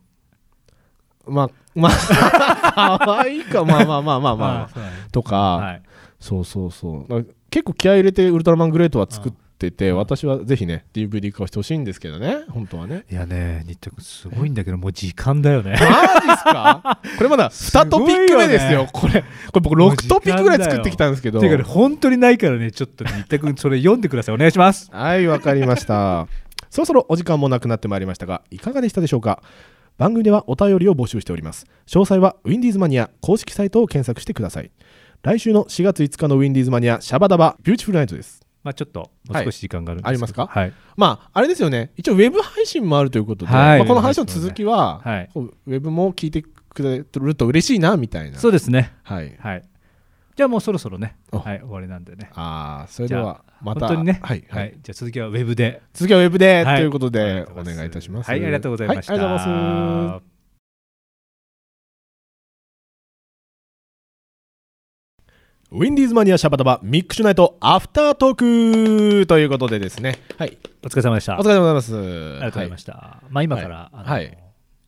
まあま あ可愛いかまあまあまあまあ まあ、
そうだね
とか、
はい
そうそうそうだから結構気合い入れてウルトラマングレートは作ってて、
うん
私はぜひね DVD 化をしてほしいんですけどね本当はね
いやね新田君すごいんだけどもう時間だよね
マジですか これまだ2トピック目ですよ
すごいよね
これこれ僕6トピックぐらい作ってきたんですけど
ていうかね本当にないからねちょっとね新田君それ読んでくださいお願いし ます
はいわかりました そろそろお時間もなくなってまいりましたがいかがでしたでしょうか番組ではお便りを募集しております詳細はウィンディーズマニア公式サイトを検索してください来週の4月5日のウィンディーズマニアシャバダバビューティフルナイトです
まあちょっともう少し時間があるんですけど
はいありますか
はい
まあ、あれですよね、一応、ウェブ配信もあるということで、
はい
まあ、この話の続きは、
はい
こうウェブも聞いてくれると嬉しいなみたいな。
そうですね
はい、
はいじゃあもうそろそろね
お
はい終わりなんでね
ああ、それで
じゃ
はまた、
本当にね
はいはい
じゃあ続きはウェブで
続きはウェブで、
はい
ということ
あり
で
が、とうご
お
ざいます
願いいたします。
はいありがとうございました
はありがとうございます。ウィンディーズマニアシャバダバミックシュナイトアフタートークということでですね、はい、
お疲れ様でした。
お疲れ様でございます。
ありがとうございました。まあ今から、あの
はい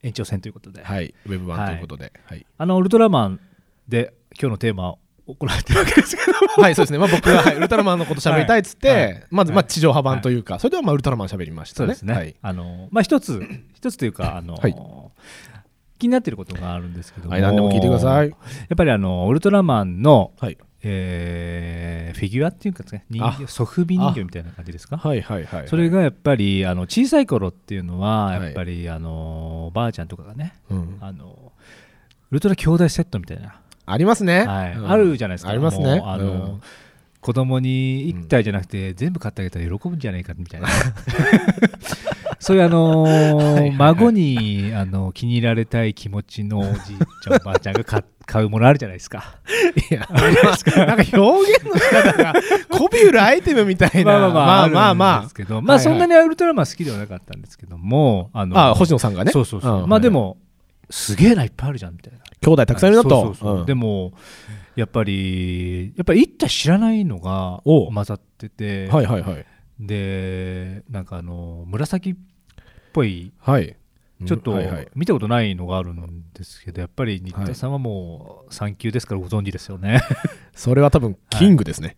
延長戦ということで、
はい、はい、ウェブ版ということで、はい、
あのウルトラマンで今日のテーマを行ってるわけですけども、
はい、そうですね、まあ、僕が、はい、ウルトラマンのこと喋りたいっつって、
はい
まず、まあ、
はい
地上波版というか、それでは、まあ、ウルトラマン喋りました
そう
ね。
ですね。
はい、
あのまあ一つ一つというかあの、
はい
気になってることがあるんですけども、
はい何でも聞いてください
やっぱりあのウルトラマンの、
はい、
えーフィギュアっていうかですね、人
あ
形ソフビ人形みたいな感じですか？
はい、はい、はい。
それがやっぱりあの小さい頃っていうのは
はい
やっぱり、あのおばあちゃんとかがね、
うん
あのウルトラ兄弟セットみたいな、
ありますね。
はい
うん
あるじゃないですか
ありますね
も。うあ
う
の、
ん
子供に1体じゃなくて全部買ってあげたら喜ぶんじゃないかみた いな、そういうあの孫にあの気に入られたい気持ちのおじいちゃんおばあちゃんが買買うものあるじゃないですか
いや、あります か。なんか表現の仕方が、こびうるアイテムみたい な。
あるん
まあ、まあ
ですけど、まあ
はいは
そ
い
んなにウルトラマン好きではなかったんですけどもあの
まあ。あ、星野さんがね。
そうそうそ
ん
う、まあで、もすげえないっぱいあるじゃんみたいな
兄弟たくさんいるなと。
そうそうそう
うん
でもやっぱりやっぱり一体知らないのが
おう
混ざってて、
はい、はい、はい。
でなんかあの紫っぽい
はい。
ちょっと
はいはい
見たことないのがあるんですけどやっぱり新田さんはもう3級ですからご存知ですよね、
それは多分、キングですね。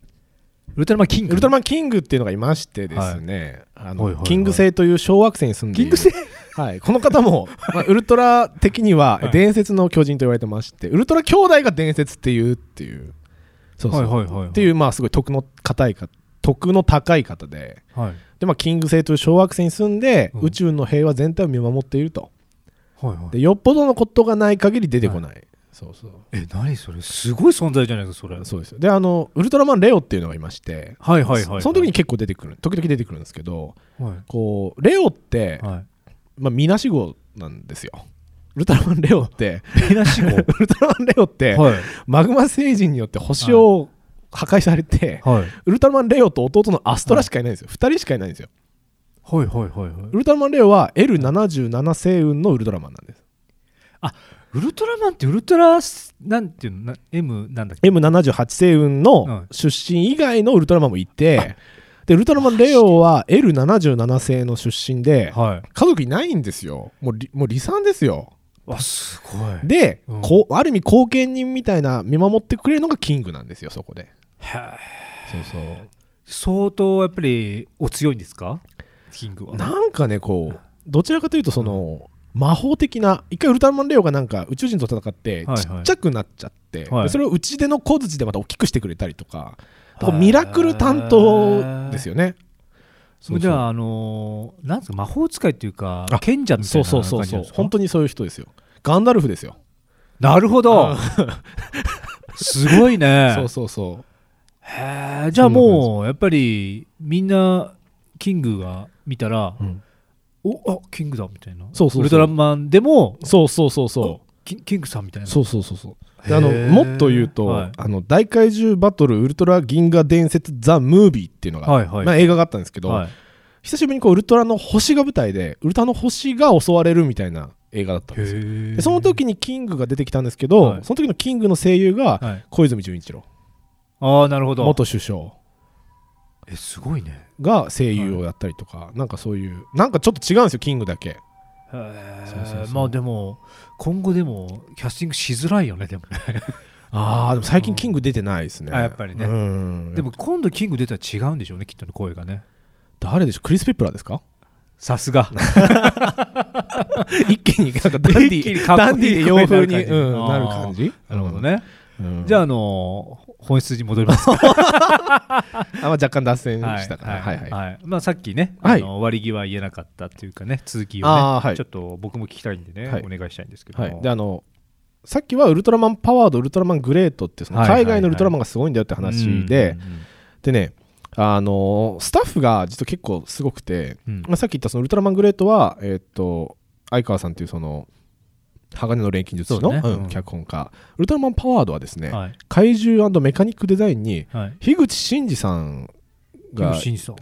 ウルトラマンキング
ウルトラマンキングっていうのがいましてですね、あの
はいはいはい
キング星という小惑星に住んでいる
キン
はい、この方も、 まあ、ウルトラ的には伝説の巨人と言われてまして、ウルトラ兄弟が伝説っていうっていうそうそう、
はいはいはいはい
っていうまあすごい徳の高い方徳の高い方で
はい
で、まあ、キング星という小惑星に住んで、
うん
宇宙の平和全体を見守っていると
はいはい
でよっぽどのことがない限り出てこない、そうそう
え何それすごい存在じゃないですかそれ
そうですよであのウルトラマンレオっていうのがいまして、
はいはいはいはい
その時に結構出てくる時々出てくるんですけど
はい
こうレオって、
はい
まあ、みなし号なんですよ。ウルトラマンレオって、
ペナ シゴ
ウルトラマンレオって、
はい
マグマ星人によって星を破壊されて、
はい
ウルトラマンレオと弟のアストラしかいないんですよ。2人しかいないんですよ。
はいはいはいはい
ウルトラマンレオは L77 星雲のウルトラマンなんです。
ウルトラマンってウルトラスなんていうのな M なんだっけ
M78 星雲の出身以外のウルトラマンもいて、でウルトラマンレオは L77 星の出身で、
はい
家族いないんですよ。もうりもう離散ですよ。
わすごい
で、
うん
こうある意味後見人みたいな見守ってくれるのがキングなんですよそこで
へ
そうそう
相当やっぱりお強いんですかキングは
なんかねこうどちらかというとその、魔法的な一回ウルトラマンレオがなんか宇宙人と戦って
いはい
ちっちゃくなっちゃって、
はい
でそれをうちでの小槌でまた大きくしてくれたりとか
はい
ミラクル担当ですよねそうそう
じゃああのーなんですか魔法使いっていうか
あ
賢者みた
そ
いうな
そ
感
う
じ
そうそ
なん
う
ですか
本当にそういう人ですよガンダルフですよ、
なるほど すごいね
そうそうそう
へえじゃあもうやっぱりみんなキングが見たら、
うん
おあキングだみたいな
そうそうそう
ウルトラマンでも
そうそうそうそう
キンキングさんみたいな
そうそうそうそうであの
へー
もっと言うと、
はい
あの大怪獣バトルウルトラ銀河伝説ザ・ムービーっていうのが、
はいはい
まあ、映画があったんですけど、
はい、
久しぶりにこうウルトラの星が舞台でウルトラの星が襲われるみたいな映画だったんですよ
へえ
でその時にキングが出てきたんですけど、
はい
その時のキングの声優が
はい
小泉純一郎、
ああなるほど
元首相
えすごいね
が声優をやったりとか、なんかそういうなんかちょっと違うんですよキングだけ
へ
そうそう
え
そう
まあでも今後でもキャスティングしづらいよねでもね
ああでも最近キング出てないですね、
あやっぱりね
うん
でも今度キング出たら違うんでしょうねきっとね声が ね
誰でしょうクリス・ペプラーですか
さすが
一気になんかダンデ
一気に
ィ
かっこいい
ダンディで洋風に
声になる感じ
うんなる感じ
なるほどね、
うん
じゃああのー本質に戻ります
あまあ若干脱線
は い
したからはいはい
はいまあ、さっきね、
はい
あの割り際言えなかったっていうかね続きをね、
あーはい
ちょっと僕も聞きたいんでね、
はい
お願いしたいんですけども、
はいであのさっきはウルトラマンパワードウルトラマングレートってその
はいはいは
海
い
外のウルトラマンがすごいんだよって話ででねあのスタッフが実は結構すごくて
うんうんうん、
まあさっき言ったそのウルトラマングレートはえーっと相川さんっていうその鋼の錬金術師の
そうね
うん
うん
脚本家ウルトラマンパワードはですね
はい
怪獣メカニックデザインに
はい
樋口真嗣さんが
キムシンさん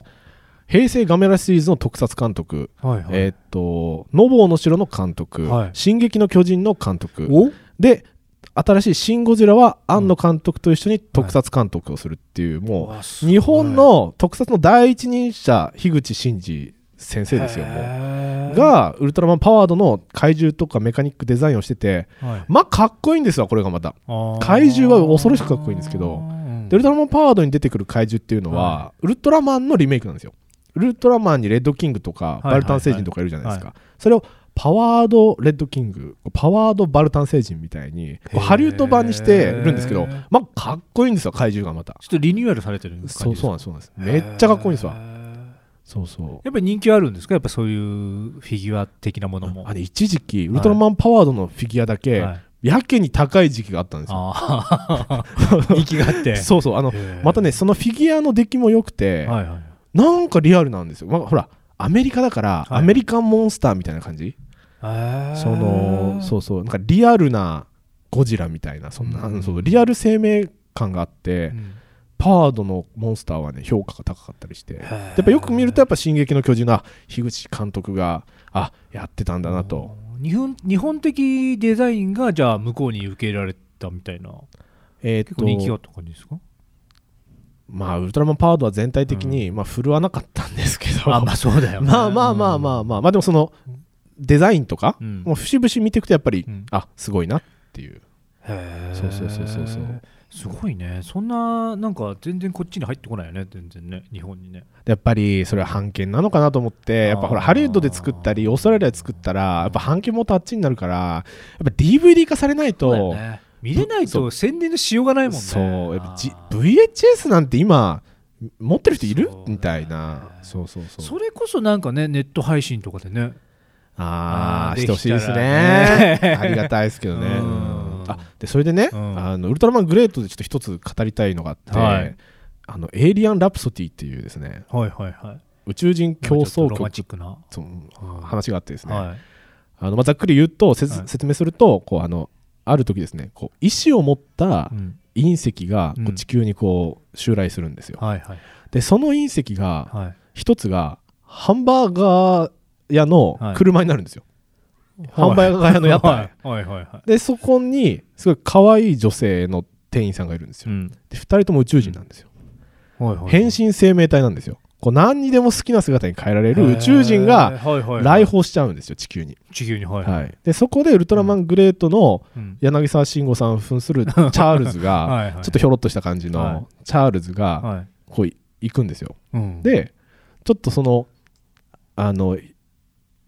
平成ガメラシリーズの特撮監督、
はいはい
えーっと「のぼうの城」の監督、
はい
進撃の巨人」の監督
お
で新しい「シン・ゴジラ」は庵野監督と一緒に特撮監督をするっていう、もう日本の特撮の第一人者樋口真嗣先生ですよもう
も
がウルトラマンパワードの怪獣とかメカニックデザインをしてて
はい
まあかっこいいんですわこれがまた
あー
怪獣は恐ろしくかっこいいんですけど
うん
でウルトラマンパワードに出てくる怪獣っていうのは、ウルトラマンのリメイクなんですよウルトラマンにレッドキングとか、
いはいはい
バルタン星人とかいるじゃないですか、それをパワードレッドキングパワードバルタン星人みたいにこうハリウッド版にしてるんですけどまあかっこいいんですよ怪獣がまた
ちょっとリニューアルされてる感じですか
そうそうなんですそうなんですめっちゃかっこいいんですわ
へー
そうそう
やっぱり人気あるんですかやっぱそういうフィギュア的なものも
あれ一時期ウルトラマンパワードのフィギュアだけ、
はい
やけに高い時期があったんですよ
あー 人気があって
そうそうあの
へー
またねそのフィギュアの出来も良くて、
はいはい
なんかリアルなんですよ、まあ、ほらアメリカだから、
はい
アメリカンモンスターみたいな感じ
あー
そのそうそうなんかリアルなゴジラみたいなそんな、
うん
そうリアル生命感があって、
うん
パワードのモンスターはね評価が高かったりしてや
や
っぱよく見るとやっぱ「進撃の巨人」が樋口監督があやってたんだなと
日本日本的デザインがじゃあ向こうに受け入れられたみたいな
えー
結構人気があ
っ
っ
と
た感じです か
まあウルトラマンパワードは全体的に、まあ振るわなかったんですけど
あまあそうだよね
まあまあまあまあまあ、まあでもそのデザインとか、
うん
もう節々見ていくとやっぱり、
うん
あすごいなっていう
へー
そうそうそうそうそう
すごいねそんななんか全然こっちに入ってこないよね全然ね日本にね
やっぱりそれは版権なのかなと思ってやっぱほら
あー
ハリウッドで作ったりオーストラリアで作ったらやっぱ版権元あっちになるからやっぱ DVD 化されない
そうだよ
と
ね見れないと宣伝のしようがないもんね
そうやっぱ、じ
あー
VHS なんて今持ってる人いる、
そうだね
みたいなそうそうそう
それこそなんかねネット配信とかでね
あ
あー
あしてほしいです
できたら
ね
ね
ありがたいですけどね、
うん
うんあでそれでね、
うん
あのウルトラマングレートでちょっと一つ語りたいのがあって、
はい
あのエイリアン・ラプソディっていうですね
はいはいはい
宇宙人競
な
争
んかちょっとロマンチ
曲
ックな
と話があってですね、
はい
あのまあ、ざっくり言うとせつ
はい
説明するとこうあのある時ですねこう意志を持った
うん
隕石がこ
う
うん地球にこう襲来するんですよ、
はいはい
でその隕石が
はい
一つがハンバーガー屋の車になるんですよ、販売会社の屋台
はいはいはいはい
でそこにすごい可愛い女性の店員さんがいるんですよ、
うん
で2人とも宇宙人なんですよ、
はいはい
変身生命体なんですよこう何にでも好きな姿に変えられる宇宙人
へ
が
ーはいはいは
来
い
訪しちゃうんですよ地球に、
地球にはい
はいでそこでウルトラマングレートの
うん
柳沢慎吾さんを扮するチャールズが
はいはい
ちょっとひょろっとした感じ
は
のチャールズが
はい
こうい行くんですよ
うん
でちょっとそのあの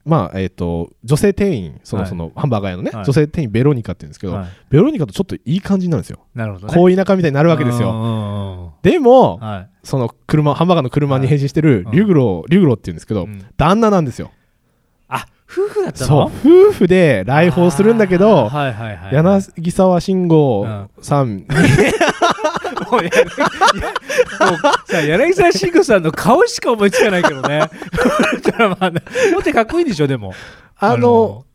まあえっ、と女性店員その
はい
そのハンバーガー屋のね、
はい
女性店員ベロニカって言うんですけど、
はい
ベロニカとちょっといい感じになるんですよ
なるほどね
こういう仲みたいになるわけです
うん
よ。
うんうん
でも、
は
その車、ハンバーガーの車に変身してる
はい
リュグロー、リュグローって言うんですけ
い
ど、
うん
旦那なんですよ。
あ夫婦だった
そう
の。
夫婦で来訪するんだけ
あー
ど、
はいはいはい
柳沢慎吾さん、
もうや るいやもうさ柳沢慎吾さんの顔しか思いつかないけどね ウルトラマンのもってかっこいいんでしょでも
あの、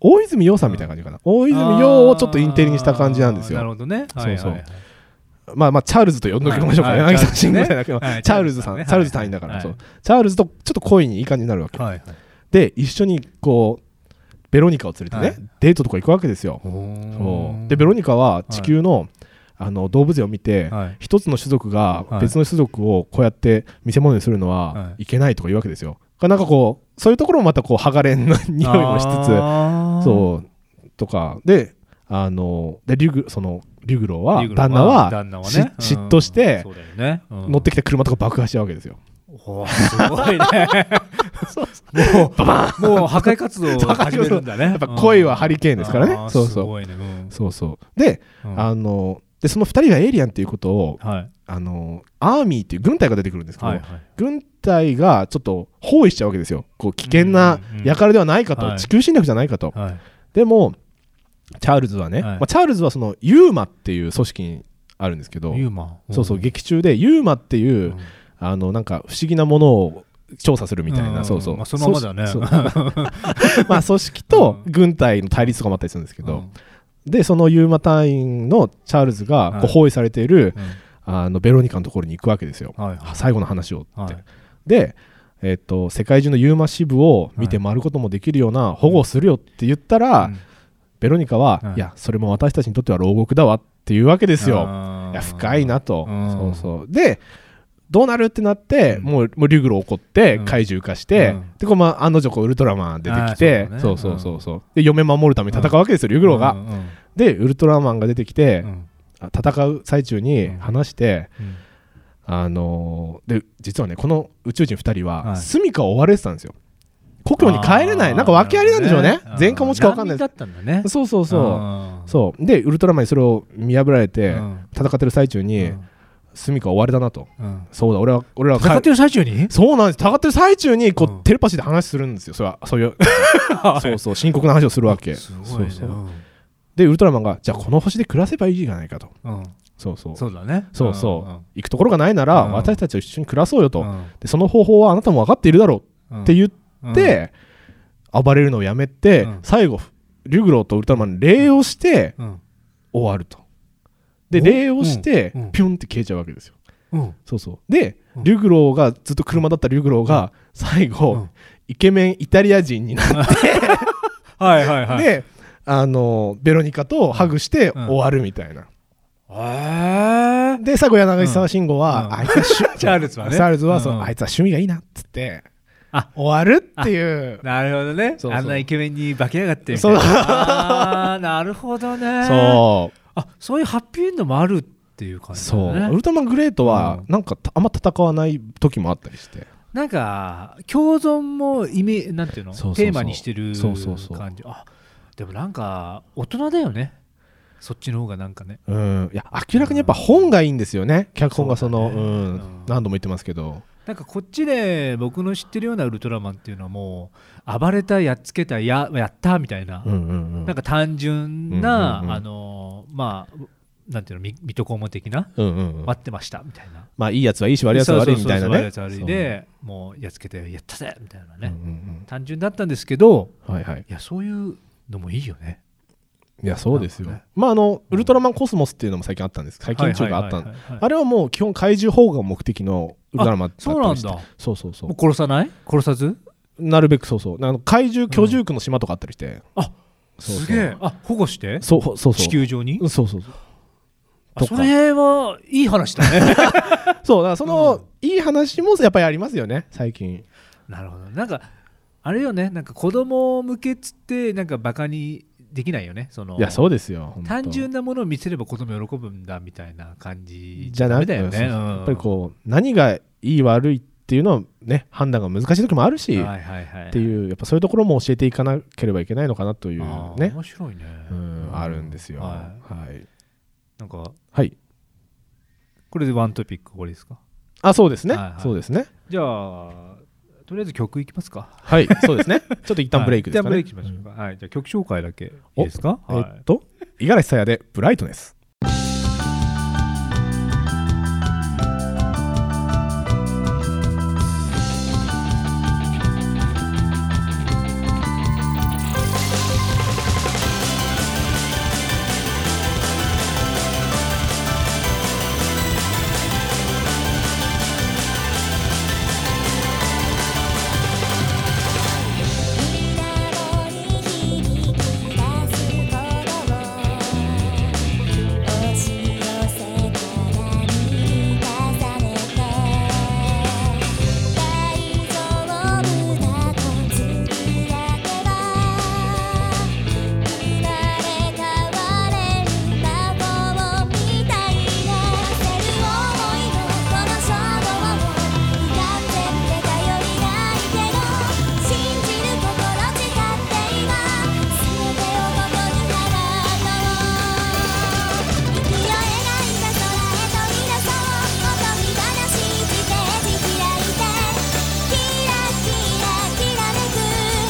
大泉洋さんみたいな感じかな。大泉洋をちょっとインテリにした感じなんです
あーなる
よ。
ほどね
そうそうまあまあ、チャールズと呼んどきましょうか。
はい
柳沢慎吾さんだけど、チ
はい
ャールズさん、チ
チ
ャー
ャー
ル
ル
ズ隊
ズさ
員
んね
だから、
はい
そう。チャールズとちょっと恋にいい感じになるわけ。
はいはい
で、一緒にこう、ベロニカを連れてね、
はい
デートとか行くわけですよ。そうでベロニカは地球の,、あの動物園を見て、
はい
一つの種族が
はい
別の種族をこうやって見せ物にするのは
はい
けないとか言うわけですよ。なんかこうそういうところもまたこう剥がれんの匂いもしつつそうとかであのでリュグそのリュグローは
う
旦那は
旦那はね
嫉嫉妬して
そうだよねうん
乗ってきた車とか爆破しちゃうわけですよ。
おーすごいねもうもう破壊活動を始めるんだね
やっぱ恋はハ
り
リケーンですからね。そう
す
そう
ごいねうん
そうそうで、
うん
あのでその2人がエイリアンっていうことを
はい
あのアーミーっていう軍隊が出てくるんですけど、
はいはい
軍隊がちょっと包囲しちゃうわけですよこう危険な輩ではないかと、
うんうん
地球侵略じゃないかと、
はい
でもチャールズはね、
はい
まあ、チャールズはそのユーマっていう組織にあるんですけど
ユーマ
そうそう劇中でユーマっていう、
うん
あのなんか不思議なものを調査するみたいな、
うん
そうそう、
まあそのままだね
そうそうまあ組織と 軍隊の対立とかもあったりするんですけ
け
ど、でそのユーマ隊員のチャールズがこう
はい
包囲されている、あのベロニカのところに行くわけですよ、
はいはい
最後の話をって、
はい
で、えっと世界中のユーマ支部を見て回ることもできるような保護をするよって言ったら、
うん
ベロニカは、
うん
いやそれも私たちにとっては牢獄だわっていうわけですよ
あー
いや深いなと
うん
そうそうでどうなるってなって、
うん
もうもうリュグル怒って
うん
怪獣化して、
うん
でこう、まあ、案の定こうウルトラマン出てき
あーそう
て
だね
そうそうそうそうで嫁守るために戦うわけですよ、リュグルが、
うんうん
でウルトラマンが出てきて、
うん
あ戦う最中に
うん
話して、
うん
あのーで実はねこの宇宙人2人
は
はい住処を追われてたんですよ故郷に帰れないなんか訳ありなんでしょうね
あー
前科もしか分かんない
難民だ
で
ったんだね
すそうそうそううんそうでウルトラマンにそれを見破られて
うん
戦ってる最中に
うん
住処を追われたなと
うん
そうだ俺は俺ら
戦
は
ってる最中に
そうなんです戦ってる最中にこ
う
うんテレパシーで話するんですよそれはそういうそうそう深刻な話をするわけ
すごいね
そううそうんでウルトラマンがじゃあこの星で暮らせばいいじゃないかと
うん
そうそう
そうだね
そうそうん
ん
行くところがないなら
うん
私たちと一緒に暮らそうよと
うん
でその方法はあなたも分かっているだろう
うん
って言って、暴れるのをやめて、
うん
最後リュグローとウルトラマンに礼をして
うん
終わるとで
お
礼をして、
うんうん
ピョンって消えちゃうわけですよ
うん
そうそうで、
うん
リュグローがずっと車だったリュグローが最後、
うん
イケメンイタリア人になって、
はいはいはい
であのベロニカとハグして
うん
終わるみたいな、
え
で最後柳沢慎吾は、
うん
あいつはしゅ
チャールズはね
チャールズはそう
うん
あいつは趣味がいいなっつって
あ
終わるっていう
ー、なるほどね
そうそう
あんなイケメンに化けやがってみた
そ
いうなあーなるほど ね
そう
あそういうハッピーエンドもあるっていう感じだ
そう、
ね
ウルトラマングレートは
うん
なんかたあんま戦わない時もあったりして
なんか共存もイメなんていうの
そうそうそう
テーマにしてる
そうそうそう
感じあでもなんか大人だよねそっちの方がなんかね
うんいや明らかにやっぱ本がいいんですよね脚本がそのう,、
そうだね
ん
うん
何度も言ってますけど
なんかこっちで僕の知ってるようなウルトラマンっていうのはもう暴れたやっつけたややったみたいな、
うんうんうん
なんか単純な、
うんうんうん
あのまあなんていうのみ水戸黄門的な、
うんうんうん
待ってましたみたいな
まあいいやつはいいし悪いやつは悪いみたいなね
そうそうそうそう悪いやつ悪いでもうやっつけてやったぜみたいな
そう
ね
う、ん
単純だったんですけど
うんうんはいはい
いやそういうのもいいよね
いやそうですよ、
なんか
まああのウルトラマンコスモスっていうのも最近あったんです最近中があったんであれはもう基本怪獣保護が目的のウルトラマンだった
そうなん
りして
だ
そうそうそ
もう殺さない殺さず
うなるべくそうそうあの怪獣居住区の島とかあったりして、
あ
そうそう
すげえあ保護して
そうそうそう
地球上に
うんそうそうそう
あ
と
そ
か
れはいい話 だね
そうだからその、いい話もやっぱりありますよね最近
なるほどなんかあれよねなんか子供向けっつってなんかバカにできないよねその
いやそうですよ本当
単純なものを見せれば子供喜ぶんだみたいな感じ
じゃなく
ダメ
て
だよ
そう
ね
そう
うん
やっぱりこう何がいい悪いっていうのはね判断が難しい時もあるし、
はいはいはい
っていうやっぱそういうところも教えていかなければいけないのかなという
あー
ね
面白いね
うんあるんですよ
は
はい、
いなんか
はい
これでワントピック終わりですか
あそうですね、
はいはい
そうですね
じゃあとりあえず曲いきますか
はいそう ですねちょっと一旦ブレイクですかね、
はい一旦ブレイクしましょうか、はいじゃあ曲紹介だけいいですか
え
はい
っと五十嵐さやでブライトネス
「うりなごにひびき出すことを」「押し寄せから満たされて」「大丈夫だとつぶやけば」「生まれ変われる魔法みたいな」「焦る想いのこの衝動を」「完全で頼りないけど」「信じる心誓って今」「すべてをここに払うの」「息を描いた空へ飛び出そう」「音に話して字開いて」「キラキラきらめく」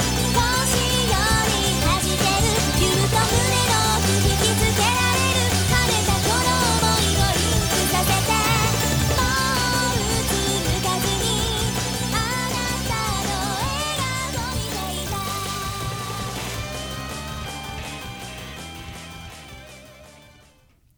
「星より弾ける」「ゆると胸の響きつけられる」「晴れたこの想いをリンクさせて」「もううつむかずにあなたの笑顔を」見ていた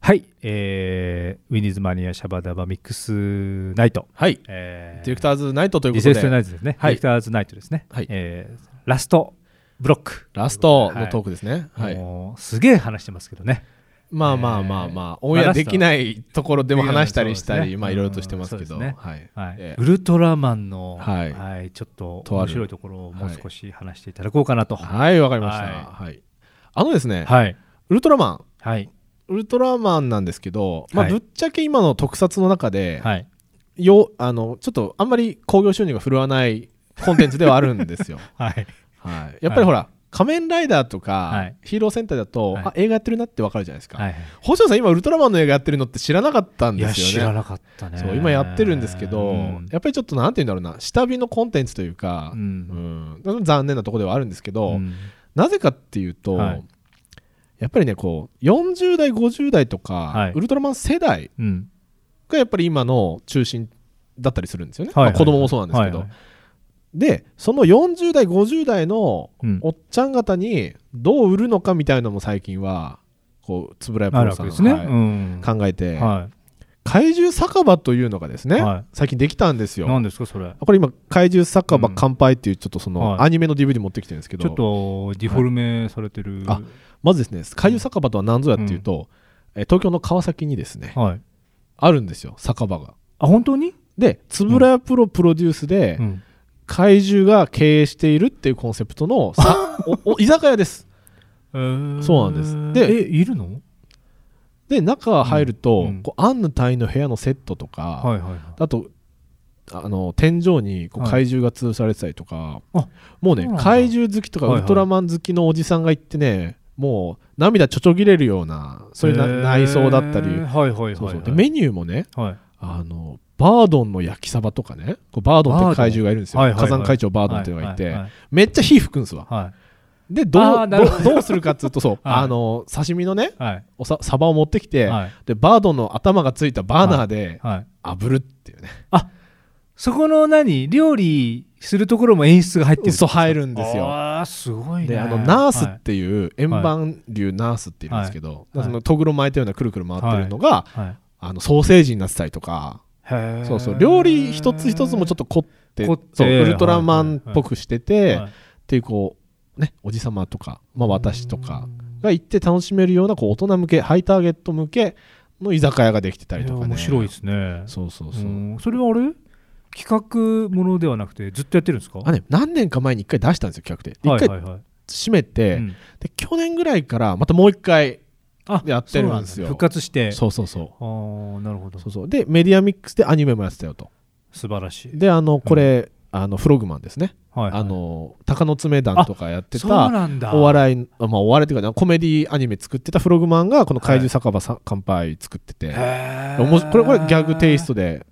はい、えー、ウィニーズマニアシャバダバミックスナイト、
はい
え
ディレクターズナイトという
リ
こ
セ
と
スト
で
ナイトですね、
はい
ディレクターズナイトですね、
はい
えーラストブロック。
ラストのトークですね。はい。
もうすげえ話してますけどね。
まあまあまあまあ、
えー
オンエアできないところでも
まあ
話したりした
そうで
り、
すね
まあいろいろとしてますけど、
うんそうですね
はい。
はい
え
ウルトラマンの、
は
はいいちょっと
とある
面白いところをもう少し話していただこうかなと。
え
は
はい、わかりました。
は
はい。あのですね、
い。
ウルトラマン、
はい。
ウルトラマンなんですけど、まあ
はい
ぶっちゃけ今の特撮の中で、
はい。
よあのちょっとあんまり興行収入が振るわないコンテンツではあるん ですよ。
はい。
はい。やっぱりほら、仮面ライダーとか、
はい
ヒーローセンターだと、
はい
あ映画やってるなってわかるじゃないですか。
はい。
星野さん今ウルトラマンの映画やってるのって知らなかったん
い
ですよね。
や、知らなかったね。
そう今やってるんですけど、
うん
やっぱりちょっとなんて言うんだろうな下火のコンテンツというか
う、。
うんん残念なとこではあるんですけど、
うん
なぜかっていうと、
はい
やっぱりねこう40代50代とか、
はい
ウルトラマン世代
うん。
がやっぱり今の中心だったりするんですよね、
はいはい
まあ子供もそうなんですけど、
はいはい
でその40代50代の
うん
おっちゃん方にどう売るのかみたいなのも最近はこう円谷プ
ある
ロさ
わけ
ん
ですね。
はいう考えて、
ん。は
怪獣酒場というのがです
い。
ね、
は
最近できたんです
い。
よ
何ですか、それ。
これ今「怪獣酒場
うん
乾杯」っていうちょっとその
はい
アニメの DVD 持ってきてるんですけ
ち
ど、
ょっとディフォルメされてる。
あまずですね怪獣酒場とは何ぞやっていうと、えー東京の川崎にですね、
はい。
あるんですよ酒場が
あ、本当に
で円谷プロプロデュースで、
うん。
怪獣が経営しているっていうコンセプトの さおお居酒屋です
えー
そうなんですで
え、いるの
で中入ると、
うんうん
こうアンヌ隊の部屋のセットとか、
はいはいはい。
あとあの天井にこう
はい
怪獣が吊るされてたりとか、
あ
もう
そ
ね
うなんだ
怪獣好きとか
はい
ウ
はい
ルトラマン好きのおじさんが行ってねもう涙ちょちょぎれるようなそういうな
へー
内装だったり、
はいはいはいはい。
そうそうでメニューもね
はい。
あのバードンの焼きサバとかねこうバードンって怪獣がいるんですよ、
バードンはいはいはい
火山会長バードンっていうのがいて、
ははは
めっちゃ火吹くんですわ
は
でど
あ
う
ーなる
ど
ほ
う
ど
どうするかっつうとそう、あの刺身のね
い。はい。
おさサバを持ってきて、
はい。
でバードンの頭がついたバーナーで
はい。
炙るって いうね
そこの何料理するところも演出が入ってる。
そう入るんですよ
ああ、すごいね。
であのナース
は
っていう円盤流ナースっていうんですけど、
はい
そのトグロ巻いたようなくるくる回ってるのが、
いはい
あのソーセージになってたりとか
へー
そうそう料理一つ一つもちょっと凝って
凝って
そうウルトラマンっぽくしてて、
はい
っていうこうねおじさまとか、まあ、私とかが行って楽しめるようなこう大人向けハイターゲット向けの居酒屋ができてたりとか、
い
ね、
や面白いですね。
そうそうそう、
うんそれはあれ企画ものではなくてずっとやってるんですか
あね、何年か前に一回出したんですよ企画でで一、
はいは
回
いはい
閉めて、
うん
で去年ぐらいからまたもう一回
あ
やってるんですよ
そうなんだ復活して。
そうそうそう
ああ、なるほど
そ。うそうでメディアミックスでアニメもやってたよと
素晴らしい。
であのこれ、あのフログマンですね、
はいはい
あの鷹の爪団とかやって
そうな
た
んだ。
お笑いあまあお笑いっていうかコメディアニメ作ってたフログマンがこの怪獣酒場さ、乾杯作ってて
へー
おもしこれこれギャグテイストで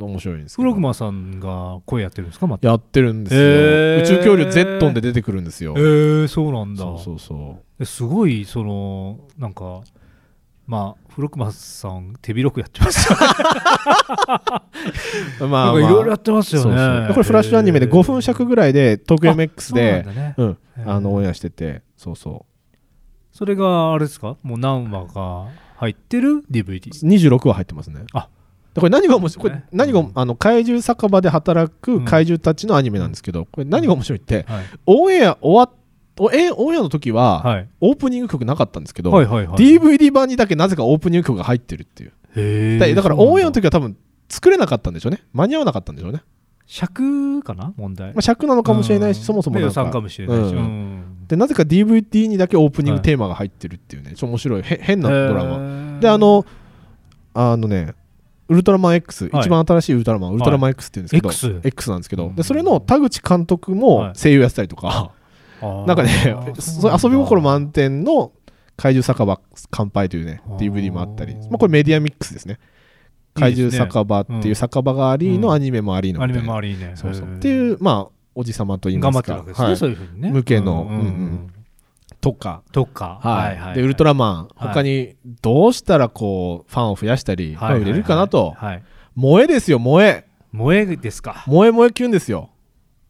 面白いんですけ
フ
ど
ログマさんが声やってるんですかまた。
やってるんですよ、
へー
宇宙恐竜ゼットンで出てくるんですよ、
えー、そうなんだ。
そうそうそう
えすごい、その、なんか、まあ、フロクマさん、手広くやってますよね。
まあ、
なんかいろいろやってますよ
そう
ね
そう。これフラッシュアニメで5分尺ぐらいで東京 MX
で
で。
そうなんだね
うん
へー
あのオンエアしててそうそ
それが、あれですかもう何話か入ってる DVD。
う26は入ってますね
あ
でこれ何が面白いこ
そう
れ
ですね
何が、
うん
あの怪獣酒場で働く
うん
怪獣たちのアニメなんですけど、これ何が面白いって、
はい。
オンエア終わっおえオンエアの時は、
はい。
オープニング曲なかったんですけど、
はいはいはい。
DVD 版にだけなぜかオープニング曲が入ってるっていう、
へ
だ
ー
だから
そうなん
オンエアの時は多分作れなかったんでしょうね間に合わなかったんでしょうね、
尺かな問題
まあ、。尺なのかもしれないし、
うん
そもそもな
まあ予
んか
算かもしれない
う
し。
ん
うん
でなぜか DVD にだけオープニングテーマが入ってるっていうね、ちょっと面白いへ変なドラマ、
マ
であ、のあのねウルトラマン X、
はい
一番新しいウルトラマン、ウルトラマン X っていうんですけど、
X
X なんですけど、
うん
でそれの田口監督も
はい
声優やってたりとか、
な
なんかね、そう遊び心満点の怪獣酒場乾杯というね、
あー
DVD もあったり、まあ、これメディアミックスですね。怪獣酒場って
いい
い
で
う
す
酒場があり
う
の
ん
アニメもありの
ア
み
ニ
た
メ
いな。
もありね。
そうそう
へー
っていう、まあ、おじさまと言いま
頑張
す
ってる
か
わけですね、
はい
そういうふうにね。
向けの
うんうんうん
うんうんとか、
とか、
はいでウルトラマン、
はい
他にどうしたらこうファンを増やしたり、
はい
ファンを入れるかなと、
はいはい
萌えですよ、萌え、
萌えですか、
萌え萌えキュンですよ、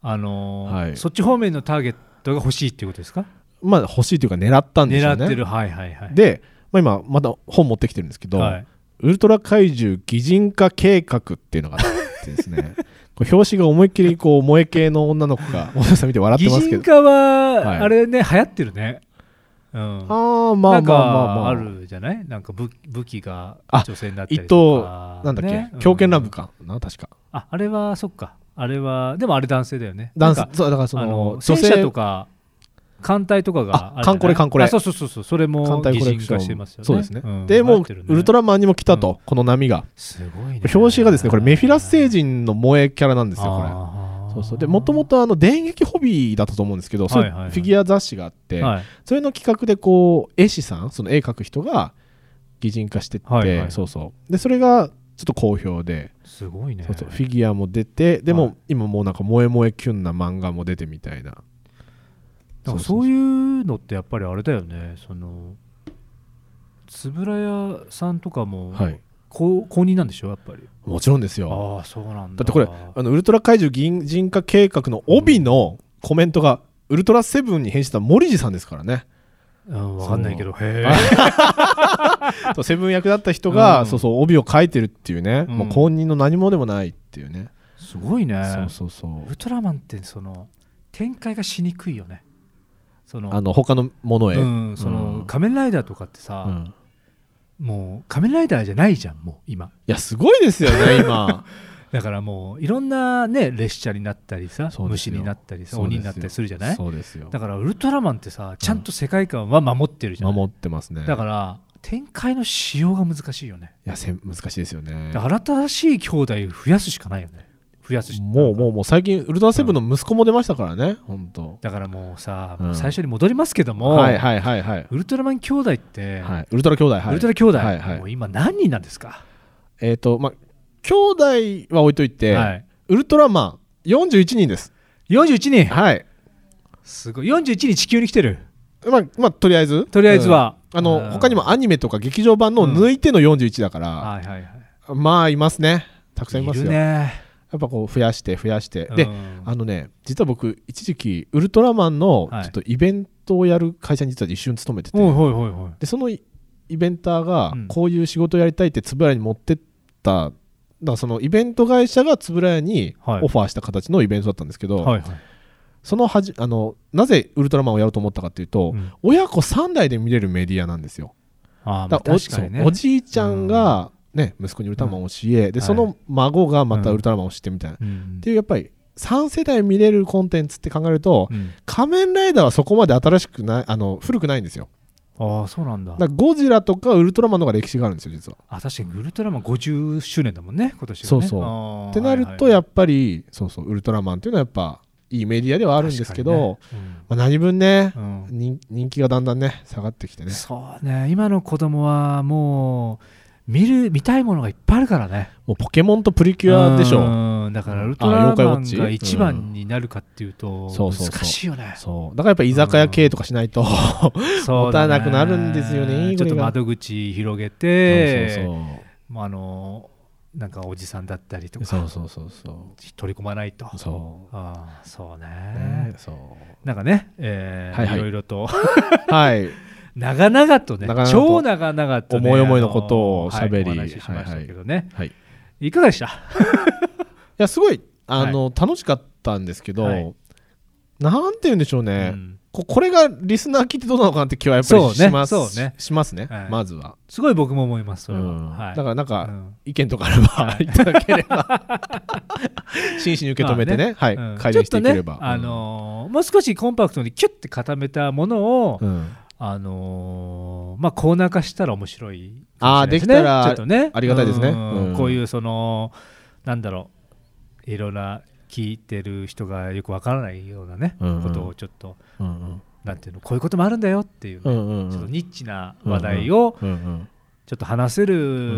あのー
はい
そっち方面のターゲットが欲しいっていうことですか、
まあ、欲しいというか、狙ったんでしょ
狙
うね。
ってる、はいはいはい。
で、まあ、今、また本持ってきてるんですけど、
はい
ウルトラ怪獣擬人化計画っていうのがあってですね、 こう表紙が思いっきりこう萌え系の女の子 がお父さん見て笑っ
擬
てますけ
人
ど
化
はい
は、あれね、流行ってるね。うん。
ああま
な
あま
んか
あまあまあ
あるじゃないなんか武武器が
あ
女性になった
一
りと
等
か。
なんだっけ、
ね
狂犬乱舞。かな確か
うんあ、あれは、そっか。あれは、でもあれ男性だよね。
ダンス
なんか
そうだからそ
あ
の
の、
女
戦
性
車とか、艦隊とかがあるじゃない。
あ艦これ艦これ
あそうそうそうそう。それも
艦隊
擬
コレ
人
クション
化してますよね。
そうですね、
ん
でもう、ウルト。
流行ってるね
ラマンにも来たと、この波が
すごいね。
表紙がですねこれメフィラス星
人
人の萌えキャラなんで
です
よこれ
こ
そうそうでもともとあの電撃ホビーだったと思うんですけど、
はいはい
そうい
はい
うフィギュア雑誌があって、
はい、
それの企画でこう絵師さんその絵描く人が擬人化してって、
はいはい
そうそうでそれがちょっと好評で、
すごいね。
そうそうフィギュアも出てでも、
はい
今もうなんか萌え萌えキュンな漫画も出てみたいな
だから
そうそうそう
そういうのってやっぱりあれだよねその円谷さんとかも、
はい
こう公認なんでしょやっぱり
もちろんですよ
ああそうなん
だ
だ
ってこれあのウルトラ怪獣擬人化計画の帯のコメントがウルトラセブンに返信した森次さんですから ね
うん、わかんないけどへ
そうセブン役だった人が、
うん
そうそう帯を書いてるっていうね、
うん
もう公認の何もでもないっていうね、
えすごいね
そうそうそう
ウルトラマンってその展開がしにくいよねその
あの他のものへ、
うん、そうの
ん
仮面ライダーとかって
う
さ、
ん
もう仮面ライダーじゃないじゃんもう今
いやすごいですよ ね今
だからもういろんなね列車になったりさ
そうです
虫
よ
になったりさ
そうですよ
鬼になったりするじゃない
そうですよ
だからウルトラマンってさちゃんと世界観は守ってるじゃん、
守ってますね
だから展開の仕様が難しいよね
いやせ難しいですよね
だから新しい兄弟増やすしかないよね増やすし
もうもうもう最近ウルトラセブンの息子も出ましたからね、本当
だからもうさ、
うん
最初に戻りますけども、
はいはいはいはい、
ウルトラマン兄弟って、
はい、ウルトラ兄弟はい
ウルトラ兄弟、
はいはい
もう今何人なんですか、
えっ、とまあ兄弟は置いといて、
はい、
ウルトラマン41人です
41人
はい
すごい41人地球に来てる
まあまあとりあえず
とりあえずは、
うんあの、
うん
他にもアニメとか劇場版のを抜いての41だから、
はいはいはい
まあいますねたくさんいますよ
るね
やっぱこう増やして増やして、で
うん
あのね実は僕一時期ウルトラマンのちょ
はい
っとイベントをやる会社に実は一瞬勤めてて、
おいおいおいおい
でそのイイベンターが
うん
こういう仕事をやりたいってつぶらに持ってっただからそのイベント会社がつぶらやに
はい
オファーした形のイベントだったんですけど、
はいはい
そのはじあのなぜウルトラマンをやろうと思ったかっていうと、
うん
親子3代で見れるメディアなんですよ。
あーま
だ
あ
からお
確かにね
そうおじいちゃんが、ね息子にウルトラマンを教え、で
はい
その孫がまたウルトラマンを知ってみたいな、
うん
っていうやっぱり3世代見れるコンテンツって考えると、
うん
仮面ライダーはそこまで新しくないあの古くないんですよ
ああそうなんだ
だからゴジラとかウルトラマンの方が歴史があるんですよ実は。
あ確かにウルトラマン50周年だもんね今年がね
そうそう
う
ってなるとや
っ
っぱりそうそうウルトラマンっていうのはやっぱいいメディアではあるんですけど、
うん
まあ、何分ね、
うん
人人気がだんだんね下がってきてね
そうね今の子供はもう見る見たいものがいっぱいあるからね
もうポケモンとプリキュアでしょ
うんだからウルト
あ
ラ
妖怪ウォ
マ
ッ
ン
チ
が一番になるかっていう
うん
と
そうそうそう
難しいよね
そうだからやっぱ居酒屋系とかし ないと、
そう
持た
だね
なくなるんですよね
ちょっ
これ
と
が
窓口広げ
そう
てまああのなんかおじさんだったりと
そ
か
うそうそうそうそ
取り込まないと
うそ
あーそう
う、ね
ね、
そう
なんかねえ
はいは
ー
い
いろいろと
はい
長々とね
長々と
超長々と、ね、
思い思いのことを喋り
あのはいお話ししましたけどね、い
はいい
かがでした
やすごいあの、楽しかったんですけど、
はい
なんて言うんでしょうね、
うん
ここれがリスナー聞いてどうなのかなって気はやっぱり
そうね
します
そうね
ししますね、
はい
まずは、
すごい僕も思いますそれは、
うん
はい、
だからなんか、
うん
意見とかあればいただければ 真摯に受け止めてね,、はい
うん
改善していければ、
ちょっとね、あのーもう少しコンパクトにキュッて固めたものを、
うんうん
あのーまあコーナー化したら面白い
あ
か
ー
もし
で
れないすね
きたら
ちょっとね
ありがたいですね
うん
うん
こういうそのなんだろういろんな聞いてる人がよくわからないようなね、
うん
ことをちょっと
うん
なんていうのこういうこともあるんだよっていうね、
うんうんうん
ちょっとニッチな話題を
うんうん
ちょっと話せ
うんう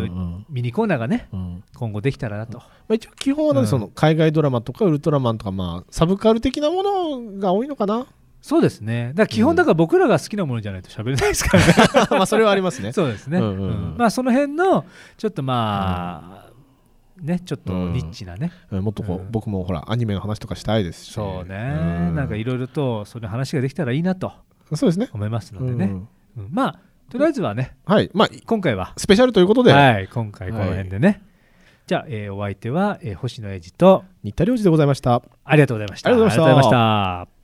る
ん
ミニコーナーがね
うん
今後できたらなと、
まあ、一応基本はね、
うん
その海外ドラマとかウルトラマンとか、まあ、サブカル的なものが多いのか な
そうですねだから基本だから僕らが好きなものじゃないと喋れないですからね
まあそれはありますね
そうですね、
う
うんん
うんうん
まあその辺のちょっとまあ、ねちょっとニッチなね、
うんもっとこう、
うん
僕もほらアニメの話とかしたいですし
そうね、
う
なんかいろいろとその話ができたらいいなと
そうですね
思いますのでね、
うん
うんまあとりあえずはね
はいまあ
今回は
スペシャルということで、
はい今回この辺でね、じゃあ、えーお相手は、えー星野英二と
新田良二でございました
ありがとうございました。
ありがとうございました
ありがとうございました